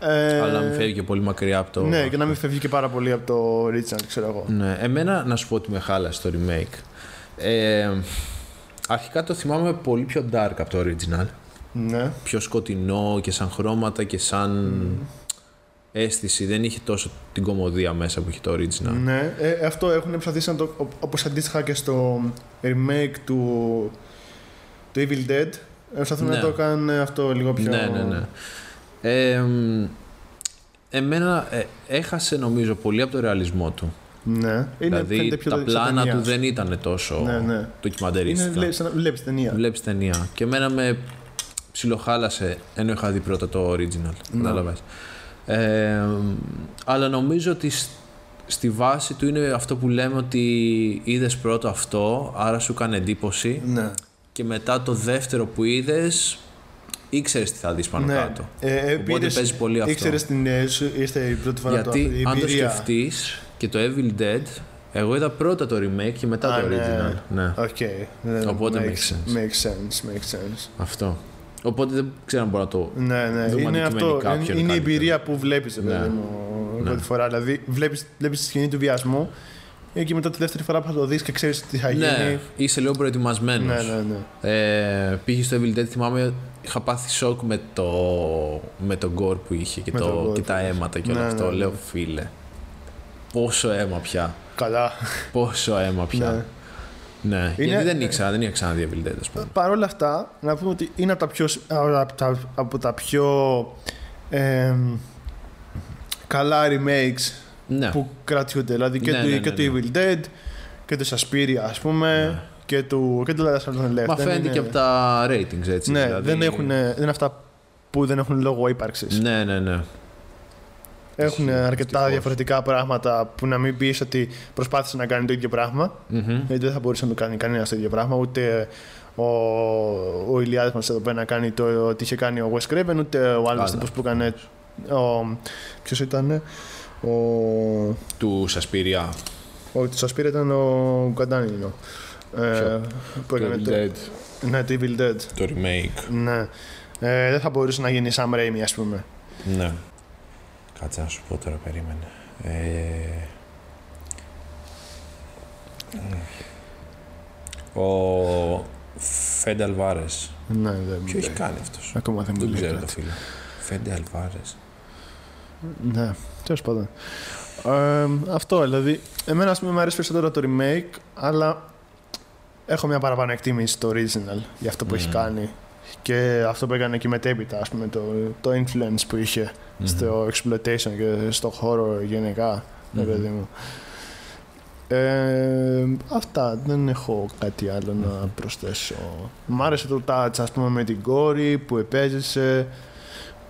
Speaker 2: Ε,
Speaker 1: Αλλά μην φεύγει και πολύ μακριά από το.
Speaker 2: Ναι, και να μην φεύγει και πάρα πολύ από το Ρίτσαρντ, ξέρω εγώ.
Speaker 1: Ναι, εμένα να σου πω ότι με χάλασε το remake. Ε, αρχικά το θυμάμαι πολύ πιο dark από το original.
Speaker 2: Ναι.
Speaker 1: Πιο σκοτεινό και σαν χρώματα και σαν αίσθηση. Δεν είχε τόσο την κομμωδία μέσα που είχε το original.
Speaker 2: Ναι, ε, αυτό έχουν προσπαθήσει να το. ο- όπως αντίστοιχα και στο remake του. του Evil Dead. ε, Προσπαθούν
Speaker 1: Ναι.
Speaker 2: να το κάνουν αυτό λίγο πιο.
Speaker 1: Ναι, ναι, ναι. Ε, μ, εμένα ε, έχασε νομίζω πολύ από το ρεαλισμό του.
Speaker 2: Ναι. Είναι,
Speaker 1: δηλαδή
Speaker 2: φαίνεται πιο
Speaker 1: τα
Speaker 2: σαν
Speaker 1: πλάνα
Speaker 2: ταινία.
Speaker 1: του δεν ήταν τόσο
Speaker 2: Ναι, ναι. Είναι
Speaker 1: ντοκιμαντερίστικα.
Speaker 2: λέ- σαν να βλέπεις ταινία.
Speaker 1: Βλέπεις ταινία. Και εμένα με ψιλοχάλασε ενώ είχα δει πρώτα το original.
Speaker 2: Ναι.
Speaker 1: Κατάλαβες. Ε, αλλά νομίζω ότι σ- στη βάση του είναι αυτό που λέμε ότι είδες πρώτο αυτό, άρα σου έκανε εντύπωση
Speaker 2: Ναι.
Speaker 1: και μετά το δεύτερο που είδες ήξερες τι θα δεις πάνω
Speaker 2: ναι.
Speaker 1: κάτω.
Speaker 2: Ε, ε,
Speaker 1: Οπότε
Speaker 2: πήρες-
Speaker 1: παίζει πολύ αυτό.
Speaker 2: Ήξερες την. ε, σου- Είστε η πρώτη φορά το,
Speaker 1: Γιατί
Speaker 2: η
Speaker 1: αν το
Speaker 2: εμπειρία.
Speaker 1: σκεφτείς και το Evil Dead, εγώ είδα πρώτα το remake και μετά
Speaker 2: Α,
Speaker 1: το
Speaker 2: ναι.
Speaker 1: original. Ναι.
Speaker 2: Οκ. Ναι,
Speaker 1: Οπότε
Speaker 2: makes-
Speaker 1: makes sense.
Speaker 2: Makes sense, makes sense.
Speaker 1: Αυτό. Οπότε δεν ξέρω αν μπορώ να το.
Speaker 2: Ναι, ναι.
Speaker 1: Δούμε
Speaker 2: Είναι,
Speaker 1: αντικειμενικά
Speaker 2: αυτό.
Speaker 1: ποιο
Speaker 2: Είναι, είναι
Speaker 1: είναι
Speaker 2: η
Speaker 1: καλύτερο. Ναι.
Speaker 2: εμπειρία που βλέπεις, παιδί μου, πρώτη φορά. Δηλαδή, βλέπεις βλέπεις τη σκηνή του βιασμού ε, και μετά τη δεύτερη φορά που θα το δεις και ξέρεις τι θα γίνει.
Speaker 1: Ναι, είσαι λίγο προετοιμασμένος.
Speaker 2: ναι, ναι. ναι.
Speaker 1: ε, πήγες στο Evil Dead, θυμάμαι, είχα πάθει σοκ με το, με το gore που είχε και,
Speaker 2: Με
Speaker 1: το,
Speaker 2: το gore.
Speaker 1: και τα αίματα και όλο
Speaker 2: Ναι,
Speaker 1: αυτό.
Speaker 2: ναι, ναι.
Speaker 1: Λέω φίλε. Πόσο αίμα πια.
Speaker 2: Καλά.
Speaker 1: Πόσο αίμα πια.
Speaker 2: Ναι.
Speaker 1: Ναι.
Speaker 2: Είναι-
Speaker 1: Γιατί δεν ήξερα, δεν είχα ξαναδεί Evil Dead, ας πούμε.
Speaker 2: Παρ' όλα αυτά, να πούμε ότι είναι από τα πιο, σ- από τα, από τα πιο εμ, καλά remakes
Speaker 1: Ναι.
Speaker 2: που κρατιούνται. Δηλαδή και,
Speaker 1: Ναι,
Speaker 2: του,
Speaker 1: ναι,
Speaker 2: και
Speaker 1: ναι,
Speaker 2: του Evil Dead και του Suspiria, ας πούμε, και του, και του Last House on Left.
Speaker 1: Μα
Speaker 2: Δεν
Speaker 1: φαίνεται
Speaker 2: είναι-
Speaker 1: και από τα ratings έτσι.
Speaker 2: Ναι,
Speaker 1: δηλαδή.
Speaker 2: δεν, έχουν, δεν είναι αυτά που δεν έχουν λόγο ύπαρξης.
Speaker 1: Ναι, ναι, ναι.
Speaker 2: Έχουν
Speaker 1: Ισχύει,
Speaker 2: αρκετά
Speaker 1: δυστυχώς.
Speaker 2: διαφορετικά πράγματα που να μην πεις ότι προσπάθησε να κάνει το ίδιο πράγμα.
Speaker 1: Μμμ.
Speaker 2: Γιατί δεν θα μπορούσε να το κάνει κανένας το ίδιο πράγμα. Ούτε ο, ο Ηλιάδης μας εδώ πέρα να κάνει το ότι είχε κάνει ο Wes Craven, ούτε ο άλλος
Speaker 1: Καλά.
Speaker 2: τύπος που έκανε. Ο, ποιος ήταν. Ο,
Speaker 1: Του Σασπίρια.
Speaker 2: ο σας πήρε ήταν ο Καντάνιλο. Ε, που έκανε το, ναι, το Evil Dead.
Speaker 1: Το remake.
Speaker 2: Ναι. Ε, δεν θα μπορούσε να γίνει Sam Raimi, ας πούμε.
Speaker 1: Ναι. Κάτσε να σου πω τώρα, περίμενε. Ε... Ο Φέντε Αλβάρες.
Speaker 2: Ναι, δεν
Speaker 1: Ποιο έχει κάνει αυτός.
Speaker 2: Ακόμα δεν μου
Speaker 1: Δεν ξέρω
Speaker 2: λέει.
Speaker 1: το φίλο. Φέντε Αλβάρες.
Speaker 2: Ναι, τέλος πάντων. Ε, αυτό δηλαδή. Εμένα, ας πούμε, μου αρέσει περισσότερο το remake, αλλά έχω μια παραπάνω εκτίμηση στο original για αυτό που
Speaker 1: Mm.
Speaker 2: έχει κάνει. Και αυτό που έκανε και μετέπειτα, ας πούμε, το, το influence που είχε Mm-hmm. στο exploitation και στο χώρο γενικά, ρε
Speaker 1: Μμμ.
Speaker 2: παιδί μου. Ε, αυτά, δεν έχω κάτι άλλο να προσθέσω. Μ' άρεσε το touch, ας πούμε, με την κόρη που επέζησε,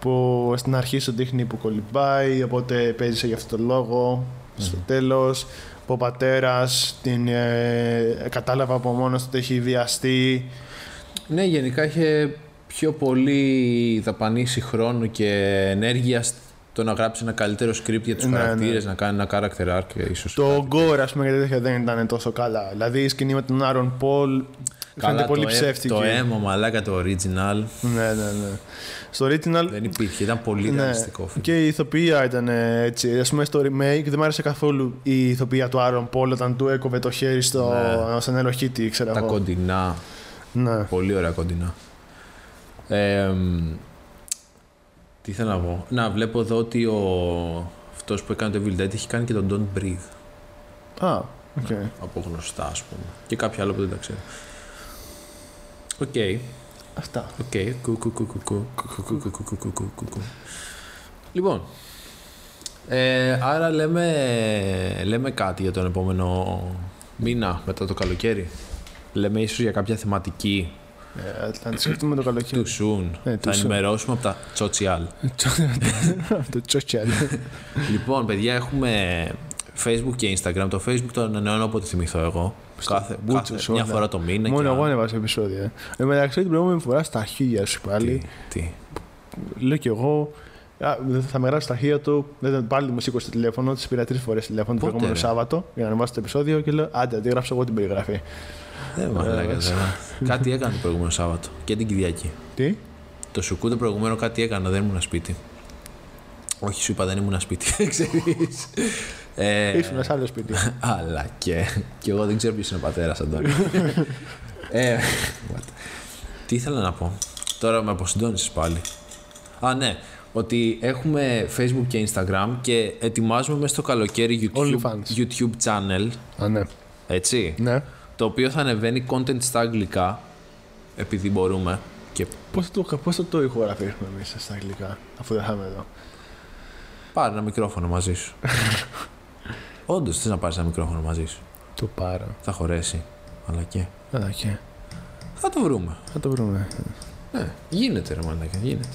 Speaker 2: που στην αρχή σου δείχνει που κολυμπάει, οπότε επέζησε για αυτό το λόγο. στο τέλος. Ο πατέρας την ε, κατάλαβα από μόνος του ότι έχει βιαστεί.
Speaker 1: Ναι, γενικά είχε πιο πολύ δαπανίσει χρόνο και ενέργεια στο να γράψει ένα καλύτερο script για τους
Speaker 2: Ναι,
Speaker 1: χαρακτήρες, να κάνει ένα character arc, ίσως.
Speaker 2: Το γκορ, ας πούμε, και τέτοια δεν ήταν τόσο καλά. Δηλαδή η σκηνή με τον Άρον Πολ φαίνεται πολύ
Speaker 1: το, ε-
Speaker 2: ψεύτικη.
Speaker 1: Το αίμα, μαλάκα, το original
Speaker 2: Ναι, ναι, ναι. Στο original
Speaker 1: δεν υπήρχε. Ήταν πολύ
Speaker 2: Ναι.
Speaker 1: ρεαλιστικό. φίλε.
Speaker 2: Και η ηθοποιία ήταν ε, έτσι. Ας πούμε στο remake δεν μου άρεσε καθόλου η ηθοποιία του Άρον Πολ όταν του έκοβε το χέρι στο ναι. σαν ελοχίτη, ξέρω
Speaker 1: Τα
Speaker 2: εγώ.
Speaker 1: κοντινά.
Speaker 2: Ναι.
Speaker 1: Πολύ ωραία κοντινά. Ε, μ, τι ήθελα να πω. Να, βλέπω εδώ ότι ο... αυτός που έκανε το Evil Dead έχει κάνει και τον Don't Breathe.
Speaker 2: Α, οκ.
Speaker 1: Από γνωστά, ας πούμε. Και κάποιο άλλο που δεν τα ξέρω. Οκ.
Speaker 2: Αυτά.
Speaker 1: Οκ. Κου, κου, κου, κου, κου, κου, κου, κου, κου, κου, κου, κου, κου, κου. Λοιπόν, ε, άρα λέμε, λέμε κάτι για τον επόμενο μήνα μετά το καλοκαίρι. Λέμε ίσως για κάποια θεματική
Speaker 2: Ε, θα τη σκεφτούμε το
Speaker 1: Too
Speaker 2: καλοκαίρι.
Speaker 1: soon.
Speaker 2: Ε, too
Speaker 1: θα
Speaker 2: soon.
Speaker 1: ενημερώσουμε από τα social.
Speaker 2: το τσότσιαλ.
Speaker 1: λοιπόν, παιδιά, έχουμε Facebook και Instagram. Το Facebook το ανανεώνω όποτε θυμηθώ εγώ. Κάθε,
Speaker 2: μπούτσο
Speaker 1: κάθε
Speaker 2: σου,
Speaker 1: μια
Speaker 2: όλα.
Speaker 1: φορά το μήνα.
Speaker 2: Μόνο
Speaker 1: και
Speaker 2: εγώ
Speaker 1: να-
Speaker 2: ανέβασα επεισόδια. ε. Εν τω μεταξύ την προηγούμενη φορά στα χίλια σου
Speaker 1: Τι,
Speaker 2: πάλι.
Speaker 1: τι.
Speaker 2: Λέω κι εγώ. Α, δεν θα με γράψει τα χέρια του. Δεν ήταν πάλι μου σήκωσε τηλέφωνο. Της πήρα τρεις φορές τηλέφωνο το
Speaker 1: Πότε,
Speaker 2: προηγούμενο
Speaker 1: ρε?
Speaker 2: Σάββατο για να ανεβάσω το επεισόδιο και λέω: Άντε, αντίγραψα εγώ την περιγραφή.
Speaker 1: Δεν μαλάκα,
Speaker 2: ε,
Speaker 1: τώρα. Κάτι έκανα το προηγούμενο Σάββατο και την Κυριακή.
Speaker 2: Τι,
Speaker 1: Το σουκού το προηγούμενο κάτι έκανα, δεν ήμουν σπίτι. Όχι, σου είπα, δεν ήμουν σπίτι, ξέρεις. Ε,
Speaker 2: ήσουν σε άλλο σπίτι.
Speaker 1: αλλά και. και εγώ δεν ξέρω ποιος είναι ο πατέρας, Αντώνη. ε, what? τι ήθελα να πω. Τώρα με αποσυντώνησες πάλι. Α, ναι. Ότι έχουμε Facebook και Instagram και ετοιμάζουμε μέσα στο καλοκαίρι YouTube,
Speaker 2: OnlyFans.
Speaker 1: YouTube channel.
Speaker 2: Α, ναι.
Speaker 1: Έτσι.
Speaker 2: Ναι.
Speaker 1: Το οποίο θα ανεβαίνει content στα αγγλικά. Επειδή μπορούμε. Και
Speaker 2: Πώς θα το, πώς θα το ηχογραφήσουμε εμείς στα αγγλικά, αφού δεν θα είμαι εδώ.
Speaker 1: Πάρε ένα μικρόφωνο μαζί σου. Όντως θες να πάρεις ένα μικρόφωνο μαζί σου.
Speaker 2: Το πάρω.
Speaker 1: Θα χωρέσει. Αλλά και.
Speaker 2: Α, και.
Speaker 1: Θα το βρούμε.
Speaker 2: Θα το βρούμε.
Speaker 1: Ναι, γίνεται ρε μαλάκα, γίνεται.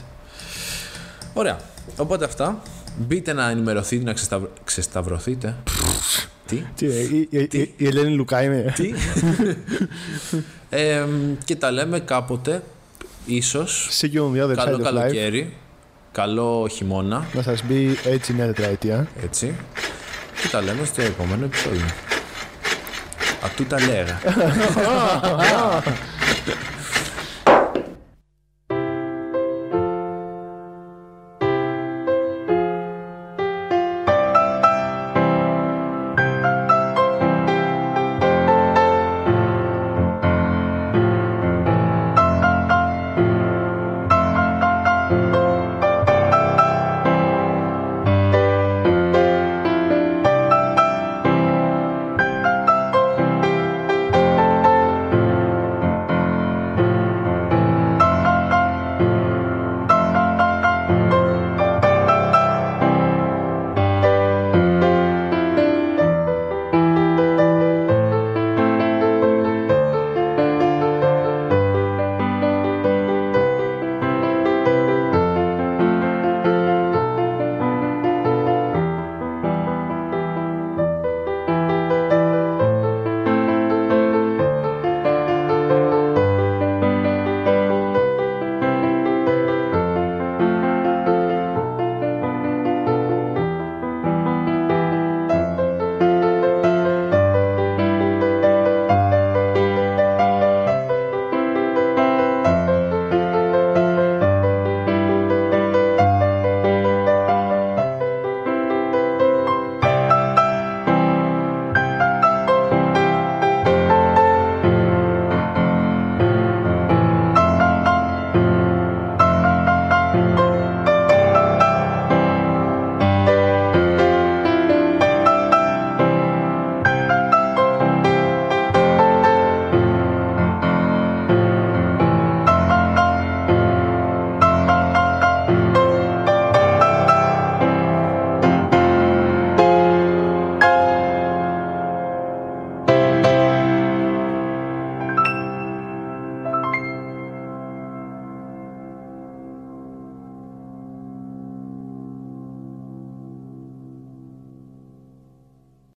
Speaker 1: Ωραία. Οπότε αυτά. Μπείτε να ενημερωθείτε, να ξεσταυ... ξεσταυρωθείτε. Τι.
Speaker 2: Τι, ε, η, η- η- η Ελένη Λουκά είναι.
Speaker 1: Τι. ε, και τα λέμε κάποτε. Ίσως.
Speaker 2: See you on the other
Speaker 1: Καλό
Speaker 2: side of life.
Speaker 1: καλοκαίρι. Καλό χειμώνα.
Speaker 2: Να σας μπει έτσι μια τετραετία.
Speaker 1: Έτσι. Και τα λέμε στο επόμενο επεισόδιο. Ατού τα λέγα.